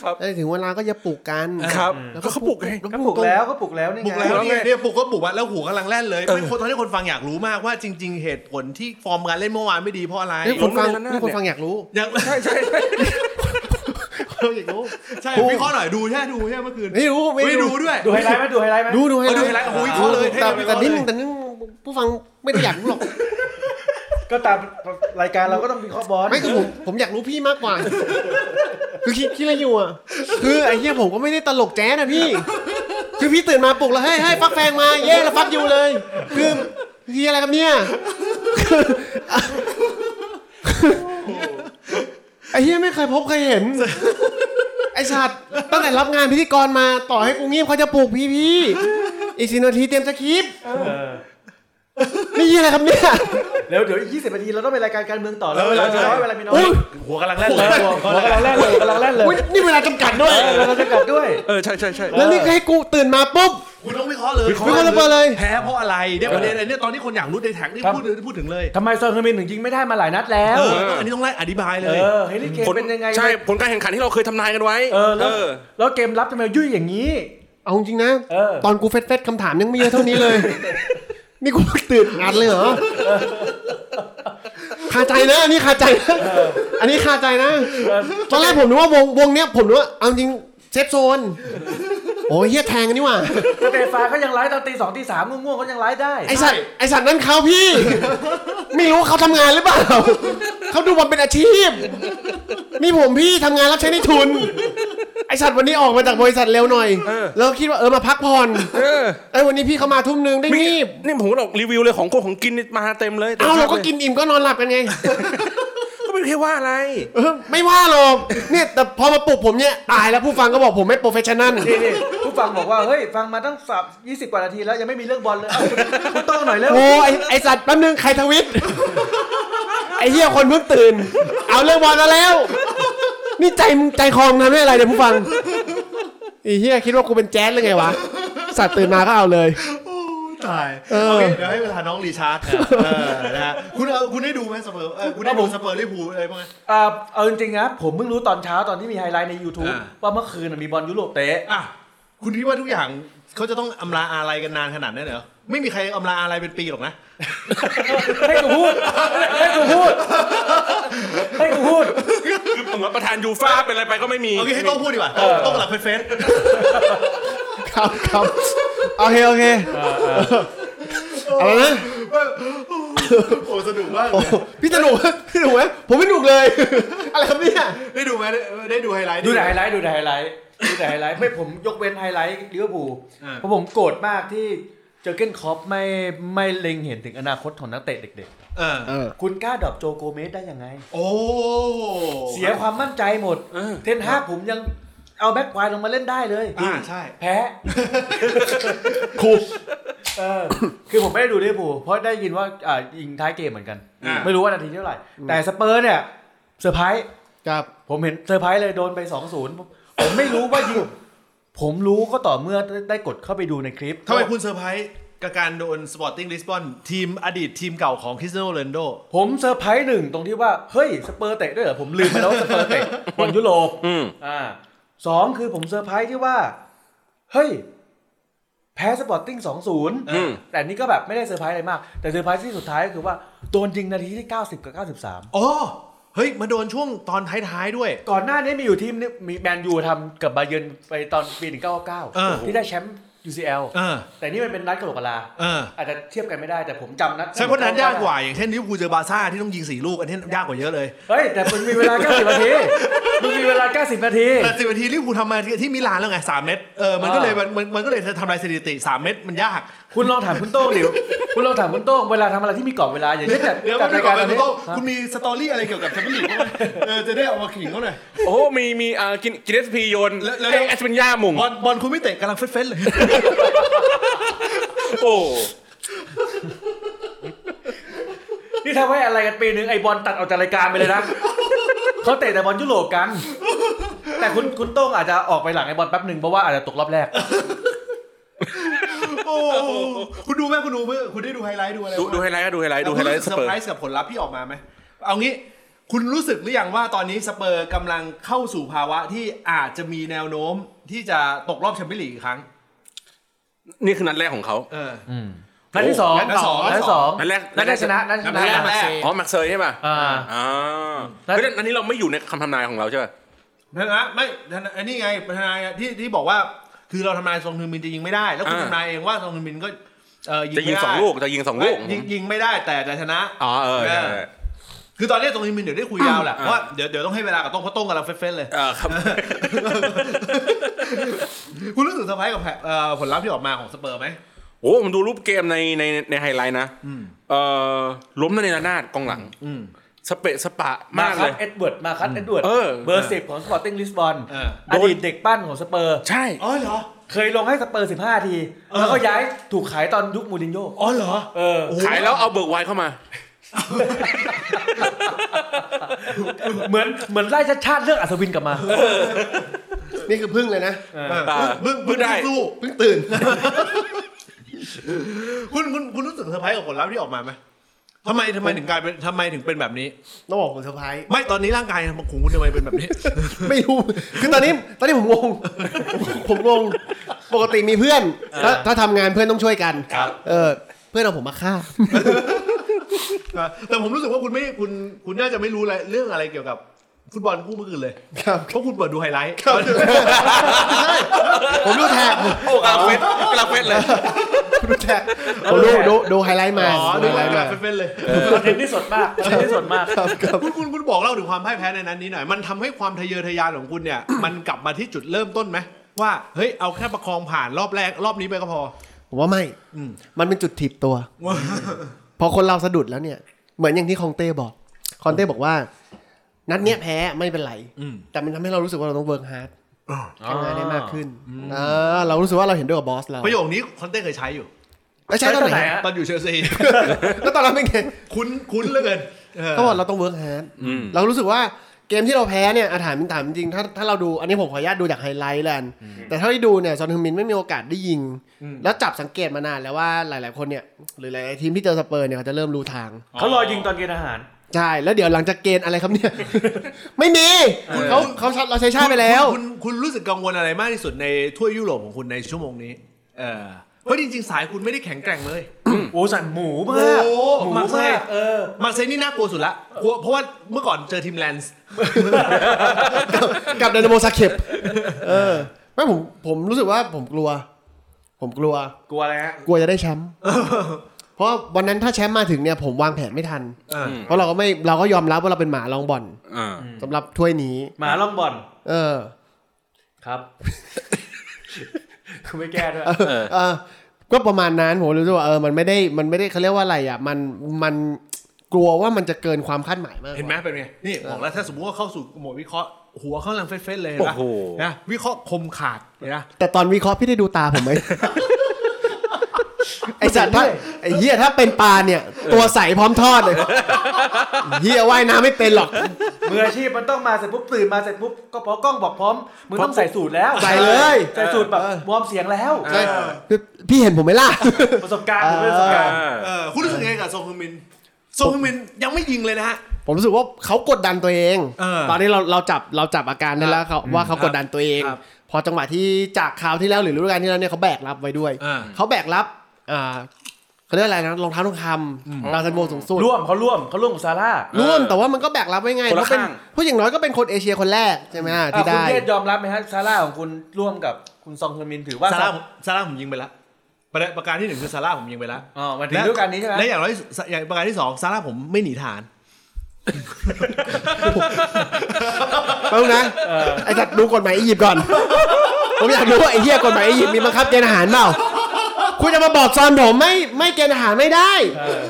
[SPEAKER 2] ครับ
[SPEAKER 4] แล้วถึงเวลาก็จะปลูกกัน
[SPEAKER 2] ครับ
[SPEAKER 4] แล้ว
[SPEAKER 2] ก็เขาปลุกไง
[SPEAKER 3] ก็ปลุกแล้วก็ปลุกแล้วนี่
[SPEAKER 1] ปลุก
[SPEAKER 3] ไง
[SPEAKER 1] แล้ว
[SPEAKER 2] แล้วไง
[SPEAKER 1] เนี่ยเนี่ยปลุกก็ปลุกมาแล้วหูกำลังเล่นเลยไม่คนตอนนี้คนฟังอยากรู้มากว่าจริง ๆ เหตุผลที่ฟอร์มการเล่นเมื่อวานไม่ดีเพราะอะไร
[SPEAKER 4] นี่คนฟัง
[SPEAKER 2] ผมเรียนแล้วนะ
[SPEAKER 4] นี่คนฟังอยากรู้
[SPEAKER 1] ยัง
[SPEAKER 2] ใช่ใช่ ใช่
[SPEAKER 4] เราอยากรู้
[SPEAKER 1] ใช่
[SPEAKER 4] ถูก
[SPEAKER 1] วิเคราะห์หน่อยดูใช่ดูใช่เมื่อคืน
[SPEAKER 4] ไม่รู้
[SPEAKER 1] ไม่ดูด้วย
[SPEAKER 3] ดูไฮไลท์ไหมดูไฮไลท์ไหม
[SPEAKER 4] ดูดูให้
[SPEAKER 1] เออดู
[SPEAKER 4] ดู
[SPEAKER 1] ให้ไลฟ์โอ้ยเขาเลย
[SPEAKER 4] แต่
[SPEAKER 1] ให้เรา
[SPEAKER 4] แต่นิด
[SPEAKER 1] เลย
[SPEAKER 4] นึงแต่นิดนึงผู้ฟังไม่ได้อยากรู้หรอก
[SPEAKER 3] ก็ตามรายการเราก็ต้องมีข้อบอล
[SPEAKER 4] ไม่คือผมผมอยากรู้พี่มากกว่า คือคิดคิดอะไรอยู่อ่ะคือไอ้เหี้ยผมก็ไม่ได้ตลกแจ๊สนะพี่ คือพี่ตื่นมาปลุกแล้วเฮ้ยเฮ้ยฟักแฟงมาเย้แล้วฟักอยู่เลย คือคืออะไรครับเนี่ยคือไอ้เหี้ยไม่เคยพบเคยเห็น ไอ้ชัดตั้งแต่รับงานพิธีกรมาต่อให้กูเงียบเขาจะปลุกพี่พี่อีกสินาทีเตรียมสคริปต์นี่เหี้ยอะไรครับเนี่ย
[SPEAKER 3] แล้วเดี๋ยวอีก 20 นาทีเราต้องไปรายการการเมืองต่อแล้วเวลามีน้อยเวลามีน้อ
[SPEAKER 4] อุ๊
[SPEAKER 3] ย
[SPEAKER 4] ย
[SPEAKER 1] หัวกำลังเล่น
[SPEAKER 3] เอ
[SPEAKER 1] เล
[SPEAKER 3] อย หัวกำลังแล่นเลยกำลังแล่นเลย
[SPEAKER 4] อุ๊ยนี่เวลาจำกัดด้วย
[SPEAKER 3] เออเราจะกลับด้วย
[SPEAKER 2] เออใช่ใช่ใช่
[SPEAKER 4] แล้วนี่ก็ให้กูตื่นมาปุ๊บ
[SPEAKER 1] คุณต้องวิเคราะห์เลย
[SPEAKER 4] วิเคราะห์วิเคราะห์ระเบิดเลย
[SPEAKER 1] แพ้เพราะอะไรเนี่ยประเด็นอะไรเนี่ยตอนนี้คนอยากรู้ในแท็กนี่
[SPEAKER 3] ครับ
[SPEAKER 1] พูดพูดถึงเลย
[SPEAKER 3] ทำไมซอนเคยมินถึงยิงไม่ได้มาหลายนัดแล้ว
[SPEAKER 1] เอออันนี้ต้องไล่อธิบายเล
[SPEAKER 3] เอย อเฮลิเกน
[SPEAKER 2] ผล
[SPEAKER 3] เป็นยังไง
[SPEAKER 2] ใช่ผลการแข่งขันที่เราเคยทำนายกันไว้
[SPEAKER 3] เออแล้วแล้วเกมรับทำไมยุ่ยอย่างนี้
[SPEAKER 4] เอาจริงๆนะ
[SPEAKER 3] เออ
[SPEAKER 4] ตอนกูเฟซเฟซคำถามยังไม่เยอะเท่านี้ เลย นี่กูตื่นอัดเลยเหรอคาใจนะอันนี้คาใจนะอันนี้คาใจนะตอนแรกผมนึกว่าวงวงเนี้ยผมนึกว่าเอาจริงเซฟโซนโอ้ยเฮียแทงกันนี่หว่า
[SPEAKER 3] สเตฟานเขายังไลฟ์ตอนตีสองตีสามง่วงๆเขายังไลฟ์ได้
[SPEAKER 4] ไอสัตว์ไอสัตว์นั่นเขาพี่ ไม่รู้เขาทำงานหรือเปล่าเขาดูมันเป็นอาชีพนี่ผมพี่ทำงานรับใช้ในทุน ไอสัตว์วันนี้ออกมาจากบริษัทเร็วหน่อยแล้วคิดว่าเออมาพักผ่อน
[SPEAKER 2] เออ
[SPEAKER 4] เอ้ยวันนี้พี่เขามาทุ่มนึงได้
[SPEAKER 2] มี
[SPEAKER 4] งีบ
[SPEAKER 2] นี่ผมบอกรีวิวเลยของโกของกินนี่มาเต็มเลยต็ม
[SPEAKER 4] เอาเราก็
[SPEAKER 2] ลย
[SPEAKER 4] กินอิ่มก็นอนหลับกันไง
[SPEAKER 2] ก็ไม่ได้ว่าอะไร
[SPEAKER 4] เออไม่ว่าหรอกเนี่ยแต่พอมาปลุกผมเนี่ยตายแล้วผู้ฟังก็บอกผมไม่โปรเฟชชั่นแนล
[SPEAKER 3] นี่นี่ผู้ฟังบอกว่าเฮ้ยฟังมาตั้งสับยี่สิบกว่านาทีแล้วยังไม่มีเรื่องบอลเลยเอาคุณคุณโต้องหน่อยเร็ว
[SPEAKER 4] โอ้ไอไอสัตว์แป๊บนึงใครทวิต ไอเหี้ยคนเพิ่งตื่น เอาเรื่องบอลมาแล้ว นี่ใจมึงใจคลองทำได้อะไรเนี่ยผู้ฟังไอเหี้ยคิดว่ากูเป็นแจ๊สหรือไงวะ สัตว์ตื่นมาก็เอาเลย
[SPEAKER 1] โอ้ตาย
[SPEAKER 4] เออ
[SPEAKER 1] โอเคเดี๋ยวให้เวลาน้องรีชาร์ดเออนะฮะคุณเอาคุณได้ดูไหมสเปอร์เออคุณได้ดูสเปอร์ลิเวอร์พูลอะไรบ้างไหม
[SPEAKER 3] อ่าเอาจริงๆนะผมเพิ่งรู้ตอนเช้าตอนที่มีไฮไลท์ใน YouTube
[SPEAKER 1] อ่า
[SPEAKER 3] ว่าเมื่อคืนนะมีบอลยุโรปเตะ
[SPEAKER 1] อ่ะคุณคิดว่าทุกอย่างเขาจะต้องอำลาอะไรกันนานขนาดนั้นเหรอไม่มีใครอำลาอะไรเป็นปีหรอกนะ
[SPEAKER 3] ให้กูพูด ให้กูพูด ให้กูพูด
[SPEAKER 2] คือผมว่าประธานยูฟ่าเป็นอะไรไปก็ไม่มี
[SPEAKER 1] เอางี้ให้โต้องพูดดีกว่าโต้องหลับเฟซเฟซ
[SPEAKER 4] ครับครับโอเคโอเคอะไรนะ
[SPEAKER 1] โอ้ สนุกมาก
[SPEAKER 4] โอ้โหพี่สนุกไหมพี่สนุกไหมผมไม่สนุกเลย อะไรครับเนี่ย
[SPEAKER 1] ได้ดูไหมได้ได้ดูไฮไลท์
[SPEAKER 3] ดูแต่ไฮไลท์ดูแต่ไฮไลท์ดูแต่ไฮไลท์ไม่ผมยกเว้นไฮไลท์ลิเวอร์พูล
[SPEAKER 1] อ่า
[SPEAKER 3] เพราะผมโกรธมากที่เจอร์เก้นคล็อปไม่ไม่เล็งเห็นถึงอนาคตของนักเตะเด็ก
[SPEAKER 1] เออ
[SPEAKER 4] เออ
[SPEAKER 3] ๆ คุณกล้าดรอปโจโกเมสได้ยังไง
[SPEAKER 1] โอ้
[SPEAKER 3] เสียความมั่นใจหมด
[SPEAKER 2] เออ
[SPEAKER 3] เทนฮากผมยังเอาแบ็คควายลงมาเล่นได้เลย
[SPEAKER 1] อ่าใช่
[SPEAKER 3] แพ้ คูเออ คือผมไม่ได้ดูลิเวอร์พูลเพราะได้ยินว่าอ่ายิงท้ายเกมเหมือนกัน
[SPEAKER 1] อ่า
[SPEAKER 3] ไม่รู้ว่านาทีเท่าไหร่ แต่สเปอร์เนี่ยเซอร์ไพรส์
[SPEAKER 4] ครับ
[SPEAKER 3] ผมเห็นเซอร์ไพรส์เลยโดนไปสองศูนย์ผมไม่รู้ว่ายิง ผมรู้ก็ต่อเมื่อได้กดเข้าไปดูในคลิป
[SPEAKER 1] ทำไมคุณเซอร์ไพรส์กับการโดนสปอร์ติ้งลิสบอนทีมอดีตทีมเก่าของคริสเตียโนโรนลโด
[SPEAKER 3] ผมเซอร์ไพรส์หนึ่งตรงที่ว่า เฮ้ยสเปอร์เตะด้วยเหรอ ผมลืมไปแล้วว่าสเปอร์เตะบอ ลยุโรป
[SPEAKER 2] อืม
[SPEAKER 3] อ่าสองคือผมเซอร์ไพรส์ที่ว่า เฮ้ย แพ้สปอร์ติ้งสองศูนย์
[SPEAKER 2] อืม
[SPEAKER 3] แต่นี่ก็แบบไม่ได้เซอร์ไพรส์อะไรมาก แต่เซอร์ไพรส์ที่สุดท้ายก็คือว่าโดนยิงนาทีที่ 90 กับ 93
[SPEAKER 1] อ๋อ เฮ้ย มาโดนช่วงตอนท้ายๆด้วย
[SPEAKER 3] ก่อนหน้านี้มีอยู่ทีมนึงมีแมนยูทำกับบาเยิร์นไปตอนปี
[SPEAKER 1] เออ
[SPEAKER 3] 1999ที่ได้แชมป์ UCL
[SPEAKER 1] เออ
[SPEAKER 3] แต่นี่มันเป็นนัดกะโหลกกะลา
[SPEAKER 1] เออ
[SPEAKER 3] อาจจะเทียบกันไม่ได้แต่ผมจำนัด
[SPEAKER 1] ใช่เพราะนั้นยากกว่า อย่างเช่นลิเวอร์พูลเจอบาร์ซ่าที่ต้องยิงสี่ลูก อันนี้ยากกว่าเยอะเลย
[SPEAKER 3] เฮ้ย แต่มันมีเวลา 90 นาที มันมีเวลา 90 นาที
[SPEAKER 1] แต่สิบนาทีลิเวอร์พูลทำมาที่มิลานแล้วไงสามเม็ดเออมันก็เลยมันมันมันก็เลยทำลายสถิติสามเม็ดมันยาก
[SPEAKER 3] คุณลองถามคุณโต้งดิวคุณลองถามคุณโต้งเวลาทำอะไรที่มีกรอบเวลาอย่างเช่นจัด
[SPEAKER 1] เดี๋ยว
[SPEAKER 3] จั
[SPEAKER 1] มั
[SPEAKER 3] ด
[SPEAKER 1] น
[SPEAKER 3] ราย
[SPEAKER 1] ก่
[SPEAKER 3] กา
[SPEAKER 1] อ
[SPEAKER 3] ร
[SPEAKER 1] น
[SPEAKER 3] ต
[SPEAKER 1] ไป
[SPEAKER 3] อน
[SPEAKER 1] คุณ
[SPEAKER 3] นี้
[SPEAKER 1] โต้งคุณมีสตอรี่อะไรเกี่ยวกับแชมเปี้ยนลีกบ้างไหมเออจะได้เอามาขิงเขาหน่อย
[SPEAKER 2] โอ้โหมีมีอ่ากินกินเอสพีโยน
[SPEAKER 1] แล้วแล้ว
[SPEAKER 2] เอ้ยแอสเปนย่ามุง
[SPEAKER 1] บอลบอลคุณไม่เตะกำลังเฟ้นๆเลย
[SPEAKER 2] โอ้
[SPEAKER 3] นี่ทำให้อะไรกันปีนึงไอบอลตัดออกจากรายการไปเลยนะเขาเตะแต่บอลยุโรปกัน แต่คุณคุณโต้งอาจจะออกไปหลังไอบอลแป๊บหนึ่งเพราะว่าอาจจะตกรอบแรก
[SPEAKER 1] โอ้คุณดูไหมคุณดูเมื่อคุณได้ดูไฮไลท์ดูอะไร
[SPEAKER 2] ดู
[SPEAKER 1] บ้าง
[SPEAKER 2] ดูไฮไลท์ก็ดูไฮไลท์ดูไฮไลท์
[SPEAKER 1] คุณ
[SPEAKER 2] ส
[SPEAKER 1] สึก
[SPEAKER 2] เปอ
[SPEAKER 1] เซอร์
[SPEAKER 2] ร์
[SPEAKER 1] ไพรส์กับผลลัพธ์ที่ออกมาไหม เอางี้ คุณรู้สึกหรือยังว่าตอนนี้สเปอร์กำลังเข้าสู่ภาวะที่อาจจะมีแนวโน้มที่จะตกรอบแชมเปี้ยนลีกอีกครั้ง
[SPEAKER 2] นี่คือนัดแรกของเขา
[SPEAKER 1] เออ
[SPEAKER 3] นัดที่สอง
[SPEAKER 1] นัดที่สอง
[SPEAKER 3] นัดที่สอง
[SPEAKER 2] นัดแรก
[SPEAKER 3] นัดแรกชนะนัดช
[SPEAKER 1] นั
[SPEAKER 3] นะ
[SPEAKER 1] ดแรก
[SPEAKER 3] นัดแรก
[SPEAKER 2] อ๋อแม็กเซยใช่ป่ะ
[SPEAKER 3] อ่า
[SPEAKER 2] อ่า
[SPEAKER 3] แล้ว
[SPEAKER 2] เฮ้ยอันนี้เราไม่อยู่ในคำทำนายของเราใช่ป่ะ
[SPEAKER 1] นะไม่ทนายอันนี้ไงทนายที่ที่บอกว่า คือเราทำนายซองฮึนมินจะยิงไม่ได้ แล้วคุณ
[SPEAKER 2] อ่า
[SPEAKER 1] ทำนายเองว่าซองฮึนมินก็เออยิ
[SPEAKER 2] จะยิง
[SPEAKER 1] ไม่ได้
[SPEAKER 2] สองลูกจะยิงสองลูก
[SPEAKER 1] ไม่ยิงยิงไม่ได้แต่จะชนะ
[SPEAKER 2] อ๋อเออใช่
[SPEAKER 1] เออ คือตอนนี้ซองฮึนมินเดี๋ยวได้คุยยาวแหละเพราะว่าเดี๋ยวเดี๋ยวต้องให้เวลากับโต้งเพราะโต้งกำลังเฟ้นๆเลย
[SPEAKER 2] เออครับ
[SPEAKER 1] คุณรู้สึกเซอร์ไพรส์กับแพ้เอ่อผลลัพธ์ที่ออกมาของสเปอร์ไหม
[SPEAKER 2] โอ้ผมดูรูปเกมในในในไฮไลท์นะเออล้มในระนาดกองหลังสเปะสปะมาก
[SPEAKER 3] คั
[SPEAKER 2] เล
[SPEAKER 3] ส
[SPEAKER 2] ย
[SPEAKER 3] เอ็ดเวิร์ดมาคัสเอ็ดเวิร์ด
[SPEAKER 2] เออ
[SPEAKER 3] เบอร์สิบของสปอร์ติ้งลิสบอน
[SPEAKER 1] เออ
[SPEAKER 3] อดีตเด็กปั้นของสเปอร์
[SPEAKER 2] ใช่
[SPEAKER 1] อ๋อเหรอ
[SPEAKER 3] เคยลงให้สเปอร์ 15 ที
[SPEAKER 1] เออ
[SPEAKER 3] แล้วก็ย้ายถูกขายตอนยุคมูรินโญ่
[SPEAKER 1] อ๋อเหรอ
[SPEAKER 3] เออ
[SPEAKER 1] โอ้
[SPEAKER 2] ขายแล้วเอาเบิกไวน์เข้ามา
[SPEAKER 3] เหมือนเหมือนไล่ชาติชาติเลือกอัศวินกลับมา
[SPEAKER 4] นี่คือพึ่งเลยนะ
[SPEAKER 2] อ่า
[SPEAKER 1] บึ้ง
[SPEAKER 2] บึ้
[SPEAKER 1] บึ้ง
[SPEAKER 2] งได้
[SPEAKER 1] สู้
[SPEAKER 4] เพึ่งตื่น
[SPEAKER 1] คุณคุณคุณรู้สึกเซอร์ไพรส์กับผลลัพธ์ที่ออกมาไหมทำไมทำไมถึงกลายเป็นทำไมถึงเป็นแบบนี้
[SPEAKER 4] ต้องบอกผมเซอร์ไพรส์
[SPEAKER 1] ไม่ตอนนี้ร่างกายของคุณทำไมเป็นแบบนี้
[SPEAKER 4] ไม่รู้ คือตอนนี้ตอนนี้ผมงง ผมงง ปกติมีเพื่อน ถ้าถ้าทำงานเพื่อนต้องช่วยกัน
[SPEAKER 1] ครับ
[SPEAKER 4] เออ เพื่อนเอาผมมาฆ่า
[SPEAKER 1] นะแต่ผมรู้สึกว่าคุณไม่คุณคุณน่าจะไม่รู้อะไรเรื่องอะไรเกี่ยวกับฟุตบอลคู่เมื่อคืนเลย
[SPEAKER 4] ครับ
[SPEAKER 1] เพราะคุณเปิดดูไฮไลท์
[SPEAKER 4] ใช่ผมดูแท็ก
[SPEAKER 2] โอ้กำลังเฟสกำลังเฟสเลย
[SPEAKER 4] ผมดูแท็กผมดูดูดูไฮไลท์มา
[SPEAKER 1] อ๋อ
[SPEAKER 4] ดู
[SPEAKER 1] ดู
[SPEAKER 4] ไฮ
[SPEAKER 1] ไฮ
[SPEAKER 4] ไลท์
[SPEAKER 1] ไล
[SPEAKER 4] มา
[SPEAKER 1] ท์เป็นๆเลย
[SPEAKER 3] คอนเทนต์ที่สดมากคอนเทนต์ที่สดมาก
[SPEAKER 4] ครับครับ
[SPEAKER 1] คุณคุณคุณบอกเล่าถึงความพ่ายแพ้ในนั้นนี้หน่อย มันทำให้ความทะเยอทะยานของคุณเนี่ย มันกลับมาที่จุดเริ่มต้นไหมว่าเฮ้ยเอาแค่ประคองผ่านรอบแรกรอบนี้ไปก็พอ
[SPEAKER 4] ผมว่าไม่มันเป็นจุดถีบตัว พอคนเราสะดุดแล้วเนี่ย เหมือนอย่างที่คองเต้บอก คองเต้บอกว่า นัดเนี้ยแพ้ไม่เป็นไร แต่มันทำให้เรารู้สึกว่าเราต้องเวิร์กฮาร์ดทำงานได้มากขึ้นเออเรารู้สึกว่าเราเห็นด้วยกับบอสเรา
[SPEAKER 1] ประโยคนี้คอนเต้เคยใช้อยู่
[SPEAKER 4] แล้วใช้ตอนไหน
[SPEAKER 3] ใช้ตอนไหนอะ
[SPEAKER 1] ตอนอยู่เชลซี
[SPEAKER 4] แล้วตอนเราเป็นไง
[SPEAKER 1] คุ้นคุ้นเหลือเกินเออ
[SPEAKER 4] เขาบอกเราต้องเวิร์กฮาร์ดเรารู้สึกว่าเกมที่เราแพ้เนี่ยอาถามถามจริงๆถ้าถ้าเราดูอันนี้ผมขออนุญาตดูจากไฮไลท์แล้วกันแต่เท่าที่ดูเนี่ยซอนฮึงมินไม่มีโอกาสได้ยิง แล้วจับสังเกตมานานแล้วว่าหลาย ๆคนเนี่ยหรือหลายๆทีมที่เจอสเปอร์เนี่ยเขาจะเริ่มรู้ทาง
[SPEAKER 3] เขารอยิงตอนเกณฑ์อาหาร
[SPEAKER 4] ใช่ แล้วเดี๋ยวหลังจากเกณฑ์อะไรครับเนี่ย ไม่มีเขาเขาเราใช้ชาติไปแล้ว
[SPEAKER 1] คุณคุณคุณรู้สึกกังวลอะไรมากที่สุดในถ้วยยุโรปของคุณในชั่วโมงนี้ เออเพราะจริงๆ สายคุณไม่ได้แข็งแกร่งเลย
[SPEAKER 3] โอ้สันหมูมาก
[SPEAKER 1] โอ้
[SPEAKER 3] หมู
[SPEAKER 1] มากเลย
[SPEAKER 3] มากเออ
[SPEAKER 1] มาร์เซยนี่น่ากลัวสุดละกลัวเพราะว่าเมื่อก่อนเจอทีมแลนส์
[SPEAKER 4] กับไดนาโมซาเข็บเออไม่ผมผมรู้สึกว่าผมกลัว ผมกลัว
[SPEAKER 3] กลัวอะไรฮะ
[SPEAKER 4] กลัวจะได้แชมป์ เพราะวันนั้นถ้าแชมป์มาถึงเนี่ยผมวางแผนไม่ทัน
[SPEAKER 1] อ่า
[SPEAKER 2] อืม
[SPEAKER 4] เพราะเราก็ไม่เราก็ยอมรับว่าเราเป็นหมาลองบอล
[SPEAKER 2] อ่า
[SPEAKER 4] สำหรับถ้วยนี้
[SPEAKER 3] หมาล่องบอล
[SPEAKER 4] เออ
[SPEAKER 3] ครับคุณไม่แก้ด้วย
[SPEAKER 2] เออ
[SPEAKER 4] เออก็ประมาณนั้นผมรู้สึกว่าเออมันไม่ได้มันไม่ได้เขาเรียกว่าอะไรอ่ะมันมันกลัวว่ามันจะเกินความคาดหมายมาก
[SPEAKER 1] เห็นไหมเป็นไงนี่บอกแล้วถ้าสมมติว่าเข้าสู่โหมดวิเคราะห์หัวเข้ากำลังเฟ้นๆเลย
[SPEAKER 2] โอ้
[SPEAKER 1] นะ
[SPEAKER 2] โห
[SPEAKER 1] นะวิเคราะห์คมขาดเนี่ยนะ
[SPEAKER 4] แต่ตอนวิเคราะห์พี่ได้ดูตา ผมไหม ไอสัตว์ถ้าไอเหี้ยถ้าเป็นปลาเนี่ย ตัวใสพร้อมทอดเลยเหี้ยว่ายน้ำไม่เป็นหรอก
[SPEAKER 3] มืออาชีพมันต้องมาเสร็จปุ๊บตื่นมาเสร็จปุ๊บก็พอกล้องบอกพร้อมมึงต้องใส่สูตรแล้ว
[SPEAKER 4] ใสเลย
[SPEAKER 3] ใส่สูตรแบบวอร์มเสียงแล้ว
[SPEAKER 4] ใช่พี่เห็นผมไหมล่ะ
[SPEAKER 3] ประสบการณ์ผมเป็นประสบการณ์
[SPEAKER 1] เออคุณรู้สึกไงกับซงฮึงมินซงฮึงมินยังไม่ยิงเลยนะฮะ
[SPEAKER 4] ผมรู้สึกว่าเขากดดันตัวเอง
[SPEAKER 1] เออ
[SPEAKER 4] ตอนนี้เราเราจับเราจับอาการได้แล้วเขาว่าเขากดดันตัวเอง
[SPEAKER 1] ครับ
[SPEAKER 4] พอจังหวะที่จากคราวที่แล้วหรือฤดูกาลที่แล้วเนี่ยเขาแบกรับไว้ด้วย
[SPEAKER 1] อ่า
[SPEAKER 4] เขาแบกรับอ่าเขาเรียกอะไรนะรองเท้าทองคำดาวซันโบสูงสุด
[SPEAKER 3] ร่วมเขาร่วมเขาร่วมกับซาร่า
[SPEAKER 4] ร่วมแต่ว่ามันก็แบกรับไว้ไง
[SPEAKER 2] คนละ
[SPEAKER 4] เพราะเป็น
[SPEAKER 2] ข้าง
[SPEAKER 4] เพราะอย่างน้อยก็เป็นคนเอเชียคนแรกใช่ไหมฮะที่
[SPEAKER 3] อ่ะคุณ
[SPEAKER 4] ได้
[SPEAKER 3] เยศยอมรับไหมฮะซาร่าของคุณร่วมกับคุณซองฮึนมินถือว่า
[SPEAKER 1] ซาร่าผมซาร่าผมยิงไปแล้วประเด็นประการที่หนึ่งคือซาร่าผมยิงไปแล้ว
[SPEAKER 3] อ๋อมาถึงด้วยกันนี้ใช่ไหม
[SPEAKER 1] และอย่างน้อยอย่างประการที่สองซาร่าผมไม่หนีฐาน
[SPEAKER 4] แป๊บนึงนะไอ้จัดดูกฎหมายอียิปต์ก่อน ผมอยากรู้ว่าไอ้เหี้ยกฎหมายอียิปต์มีบังคับเกณฑ์อาหารเปล่า คุณจะมาบอกซอนผมไม่ไม่เกณฑ์อาหารไม่ได้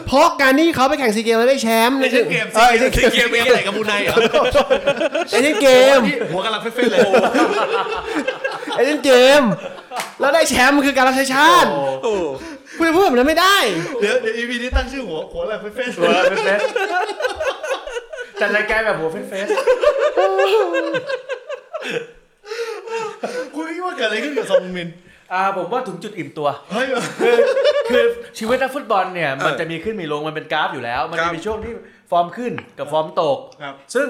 [SPEAKER 4] เพราะการที่เขาไปแข่งซีเกมแล้วได้แชมป์
[SPEAKER 1] ไม่ใช่เกม
[SPEAKER 4] ออไอเชียน
[SPEAKER 1] ซี
[SPEAKER 4] เกม
[SPEAKER 1] เกมเป็นอะไรกับบูไนเหรอ
[SPEAKER 4] ไอเชียนเกม
[SPEAKER 1] ที่หัวกำลังเฟ้นๆเลย
[SPEAKER 4] ไอเชียนเกม แล้วได้แชมป์คือการรับใช้ชาติคุณจะพูดแบบนั้นไม่ได้
[SPEAKER 1] เดี๋ยวเดี๋ยวอีพีนี้ตั้งชื่อหัวหัวอะไรเฟ้นๆ
[SPEAKER 3] หัวเฟสเฟสจัดรายการแบบหัวเฟสเฟส
[SPEAKER 1] คุณคิดว่าเกิดอะไรขึ้นกับซองฮึงมิน
[SPEAKER 3] อ่าผมว่าถึงจุดอิ่มตัว
[SPEAKER 1] เฮ้ย
[SPEAKER 3] คือคือชีวิตนักฟุตบอลเนี่ยมัน
[SPEAKER 1] เออ
[SPEAKER 3] จะมีขึ้นมีลงมันเป็นกราฟอยู่แล้ว มัน
[SPEAKER 1] ครั
[SPEAKER 3] จะ
[SPEAKER 1] บ
[SPEAKER 3] มีช่วงที่ฟอร์มขึ้นกับฟอร์มตก
[SPEAKER 1] ครับ
[SPEAKER 3] ซึ่ง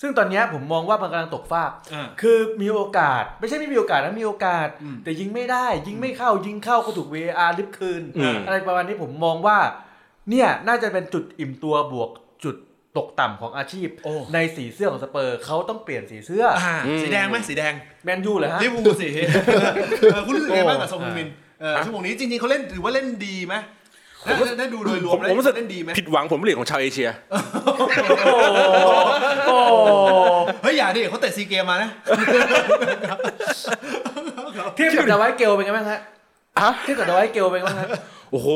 [SPEAKER 3] ซึ่งตอนเนี้ยผมมองว่ามันกำลังตกฟาก
[SPEAKER 1] อ่า
[SPEAKER 3] คือมีโอกาส ไม่ใช่ไม่มีโอกาสนะมีโอกาส แต่ยิงไม่ได้ยิงไม่เข้ายิงเข้าก็ถูก VAR ลิบคืน
[SPEAKER 2] อืม
[SPEAKER 3] อะไรประมาณนี้ผมมองว่า เนี่ยน่าจะเป็นจุดอิ่มตัวบวกจุดตกต่ำของอาชีพ
[SPEAKER 1] โอ้
[SPEAKER 3] ในสีเสื้อของสเปอร์เขาต้องเปลี่ยนสีเสื้ออ
[SPEAKER 1] อ่าสีแดงไหมสีแดง
[SPEAKER 3] แมนยูเหรอฮะ
[SPEAKER 1] ลิเวอร์พูลสีเออคุณรู้สึกไงบ้างกับซองฮึงมินเออชั่วโมงนี้จริงๆเขาเล่นถือว่าเล่นดีไหมได้ได้ได้ดูโดยรว
[SPEAKER 2] ผม ม
[SPEAKER 1] แล้ว
[SPEAKER 2] ผมรู้สึก
[SPEAKER 1] เล่นดีไหม
[SPEAKER 2] ผิดหวังผลผลิตของชาวเอเชีย
[SPEAKER 3] โอ้โห
[SPEAKER 1] เฮ้ยอย่าดิเขาเตะซีเกมมานะ
[SPEAKER 3] เทียบกับดาไวท์เกลเป็นไงบ้างฮะ
[SPEAKER 2] ฮะ
[SPEAKER 3] เทียบกับดาไวท์เกลเป็นไงบ้างฮะ
[SPEAKER 2] โอ้โห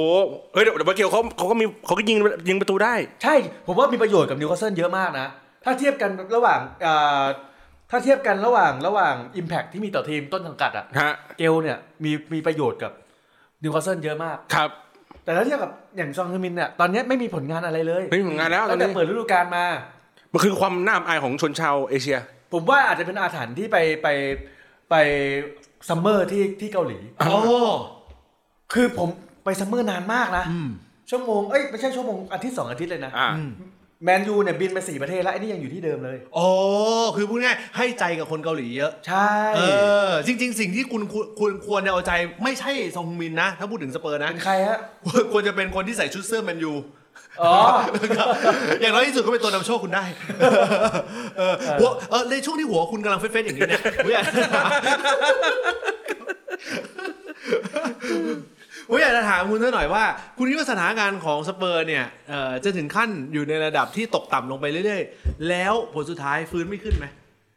[SPEAKER 2] เฮ้ยเดี๋ยวเดี๋ยวเบอร์เกลเขาเขาก็มีเขาก็ยิงยิงประตูได้
[SPEAKER 3] ใช่ ผมว่ามีประโยชน์กับนิวคาสเซิลเยอะมากนะ ถ้าเทียบกันระหว่างเอ่อถ้าเทียบกันระหว่างระหว่าง Impact ที่มีต่อทีมต้นสังกัดอะ
[SPEAKER 2] ฮะ
[SPEAKER 3] เกลเนี่ยมีมีประโยชน์กับนิวคาสเซิลเยอะมาก
[SPEAKER 2] ครับ
[SPEAKER 3] แต่ถ้าเทียบกับอย่างซองฮึมินเนี่ยตอนเนี้ยไม่มีผลงานอะไรเลย
[SPEAKER 2] ไม่มีผลงานแล้วตอ
[SPEAKER 3] ตั้
[SPEAKER 2] น
[SPEAKER 3] ง
[SPEAKER 2] นี้
[SPEAKER 3] แต่เปิดฤดูกาลมา
[SPEAKER 2] มันคือความน่าอับอายของชนชาวเอเชีย
[SPEAKER 3] ผมว่าอาจจะเป็นอาถรรพ์ที่ไปไปไปซัมเมอร์ที่ที่เกาหลี
[SPEAKER 1] โอ้
[SPEAKER 3] คือผมไปซัมเมอร์นานมากนะชั่วโมงเอ้ยไม่ใช่ชั่วโมงอาทิตย์สองอาทิตย์เลยนะ
[SPEAKER 2] อ่า
[SPEAKER 3] แมนยูเนี่ยบินไปสี่ประเทศแล้วไอ้นี่ยังอยู่ที่เดิมเลย
[SPEAKER 1] โอ้คือพูดง่ายๆให้ใจกับคนเกาหลีเยอะ
[SPEAKER 3] ใช่
[SPEAKER 1] เออ จริง ๆ สิ่งที่คุณคุณคุณควรจะเอาใจไม่ใช่ซองฮึงมินนะ ถ้าพูดถึงสเปอร์นะ
[SPEAKER 3] เป็นใครฮะ
[SPEAKER 1] ควรจะเป็นคนที่ใส่ชุดเสื้อแมนยู
[SPEAKER 3] อ๋อ
[SPEAKER 1] อย่างน้อยที่สุดก็เป็นตัวนำโชคคุณ ได้ เออหัวเออในช่วงที่หัวคุณกำลังเฟ้นๆอย่างนี้ เนี่ยผมอยากจะถามผมอยากจะถามคุณซะหน่อยว่า คุณคิดว่าสถานการณ์ของสเปอร์เนี่ยเอ่อจะถึงขั้นอยู่ในระดับที่ตกต่ำลงไปเรื่อยๆ แล้วผลสุดท้ายฟื้นไม่ขึ้นไหม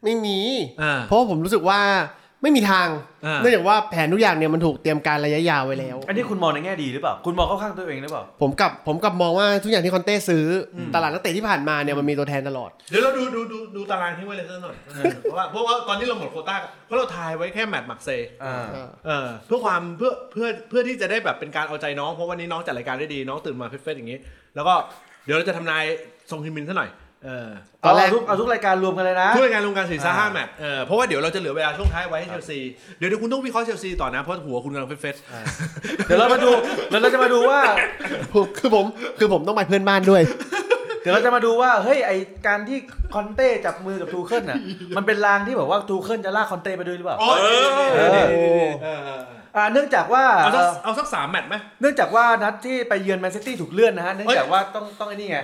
[SPEAKER 4] ไม่มี
[SPEAKER 1] อ่า
[SPEAKER 4] เพราะผมรู้สึกว่าไม่มีทาง
[SPEAKER 1] อ่า
[SPEAKER 4] เนื่องจากว่าแผนทุกอย่างเนี่ยมันถูกเตรียมการระยะยาวไว้แล้ว
[SPEAKER 3] อันนี้คุณมองในแง่ดีหรือเปล่า คุณมองเข้าข้างตัวเองหรือเปล่า
[SPEAKER 4] ผมกลับผมกลับมองว่าทุกอย่างที่คอนเต้ซื้ออตลาดนักเตะที่ผ่านมาเนี่ยมันมีตัวแทนตลอด
[SPEAKER 1] เดี๋ยวเราดูดูดูดูตารางทิ้งไว้เลยซะหน่อย เพราะว่าเพราะว่าตอนนี้เราหมดโควต้าเพราะเราทายไว้แค่แมตช์มักเซย์
[SPEAKER 3] อ่า
[SPEAKER 1] เออเพื่อความเพื่อเพื่อเพื่อที่จะได้แบบเป็นการเอาใจน้องเพราะวันนี้น้องจัดรายการได้ดีน้องตื่นมาเฟซอย่างนี้ แล้วก็เดี๋ยวเราจะทำนายทรงฮิมินซะหน่อยเออ
[SPEAKER 4] ตอนแรก
[SPEAKER 3] เอาทุกเอาทุกรายการรวมกันเลยนะ
[SPEAKER 1] ช่วยงานรวมการสี่ซาห้าแมตช์เออเพราะว่าเดี๋ยวเราจะเหลือเวลาช่วงท้ายไว้ให้เชลซีเดี๋ยวเดี๋ยวคุณต้องวิเคราะห์เชลซีต่อนะ เพราะหัวคุณกำลังเฟซ
[SPEAKER 3] เดี๋ยวเรามาดู เดี๋ยวเราจะมาดูว่า
[SPEAKER 4] ผมคือผมคือผมต้องไปเพื่อนบ้านด้วย
[SPEAKER 3] เดี๋ยวเราจะมาดูว่า เฮ้ย ไอการที่คอนเต้จับมือกับทูเคิลน่ะ มันเป็นลางที่แบบว่าทูเคิลจะลากคอนเต้ไปด้วยหรือเปล่า
[SPEAKER 1] โอ้ย
[SPEAKER 3] เออ
[SPEAKER 1] เออเออ
[SPEAKER 3] อ่า เนื่องจากว่า
[SPEAKER 1] เอาสักเอาสักสามแมตช์ไหม
[SPEAKER 3] เนื่องจากว่านัดที่ไปเยือนแมนซิตี้ถูกเลื่อนนะฮะ เนื่องจากว่าต้องต้องไอ้นี่ไง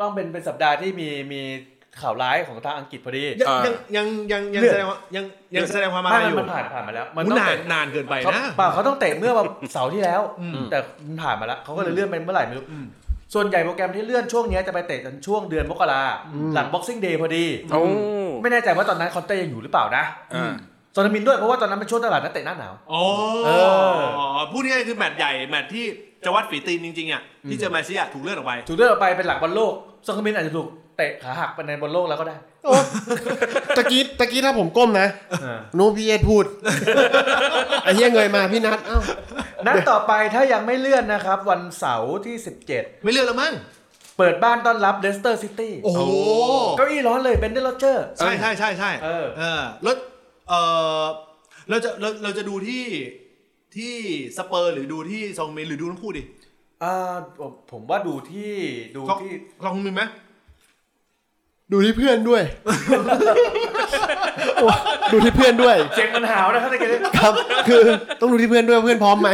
[SPEAKER 3] ต้องเป็นเป็นสัปดาห์ที่มีมี ข่าวร้ายของทางอังกฤษพอดี
[SPEAKER 1] ยัง
[SPEAKER 2] อ่า
[SPEAKER 1] ยังยังยังแสดงว่ายังยังแสดงความมา
[SPEAKER 3] ไม่
[SPEAKER 1] อยู่
[SPEAKER 3] มันผ่านผ่านมาแล้ว
[SPEAKER 1] มั
[SPEAKER 3] มัน ต้อง
[SPEAKER 1] นาน
[SPEAKER 3] เตะ
[SPEAKER 1] นานเกินไป
[SPEAKER 3] เขา
[SPEAKER 1] นะ
[SPEAKER 3] เปล่าเขาต้องเตะเมื่อ วันเสาร์ที่แล้ว
[SPEAKER 1] อืม
[SPEAKER 3] แต่มันผ่านมาแล้วเขาก็เลยเลื่อนไปเมื่อไหร่ไม่รู้ส่วนใหญ่โปรแกรมที่เลื่อนช่วงเนี้ยจะไปเตะกันช่วงเดือนมกราหลัง boxing day พอดี
[SPEAKER 2] โอ้
[SPEAKER 3] ไม่แน่ใจว่าตอนนั้นคอนเต้ยังอยู่หรือเปล่านะ
[SPEAKER 2] อ่า
[SPEAKER 3] ซอนมินด้วยเพราะว่าตอนนั้นเป็นช่วงตลาดนักเตะหน้าหนาว
[SPEAKER 1] อ๋อ
[SPEAKER 3] เออ
[SPEAKER 1] พูดง่ายๆคือแมตช์ใหญ่แมตช์ที่จะวัดฝีตีนจริงๆอ่ะที่เจอมาเลเซียถูกเลื่อนออกไป
[SPEAKER 3] ถูกเลือกออกไปเป็นหลังบอลโลกซอนมินอาจจะถูกเตะขาหักไปในบอลโลกแล้วก็ได้
[SPEAKER 4] โอ้ตะกี้ตะกี้ถ้าผมก้มนะโนตพีเอสพูดไอ้เหี้ยเงยมาพี่นัทเอ้า
[SPEAKER 3] นัดต่ อไปถ้ายังไม่เลื่อนนะครับ วันเสาร์ที่ 17
[SPEAKER 1] ไม่เลื่อนแล้วมั้ง
[SPEAKER 3] เปิดบ้านต้อนรับเลสเตอร์ซิตี้
[SPEAKER 1] โอ้โห
[SPEAKER 3] เก้าอี้ร้อนเลยเบนเดนโรเจอร์
[SPEAKER 1] ใช่ใช่ใช่ใช่
[SPEAKER 3] เออ
[SPEAKER 1] เออแล้วเออเราจะเราเราจะดูที่ที่สเปอร์หรือดูที่ซองเมนหรือดูทั้งคู่ดิ
[SPEAKER 3] อ่าผมผมว่าดูที่ดู
[SPEAKER 1] ซอง
[SPEAKER 3] ที่
[SPEAKER 1] ซองเมนไหม
[SPEAKER 4] ดูที่เพื่อนด้วยโอ้ดูที่เพื่อนด้วย
[SPEAKER 3] เสียงมันหาวนะครับตะ กี้
[SPEAKER 4] ครับ คือต้องดูที่เพื่อนด้วยว่าเพื่อนพร้อมไหม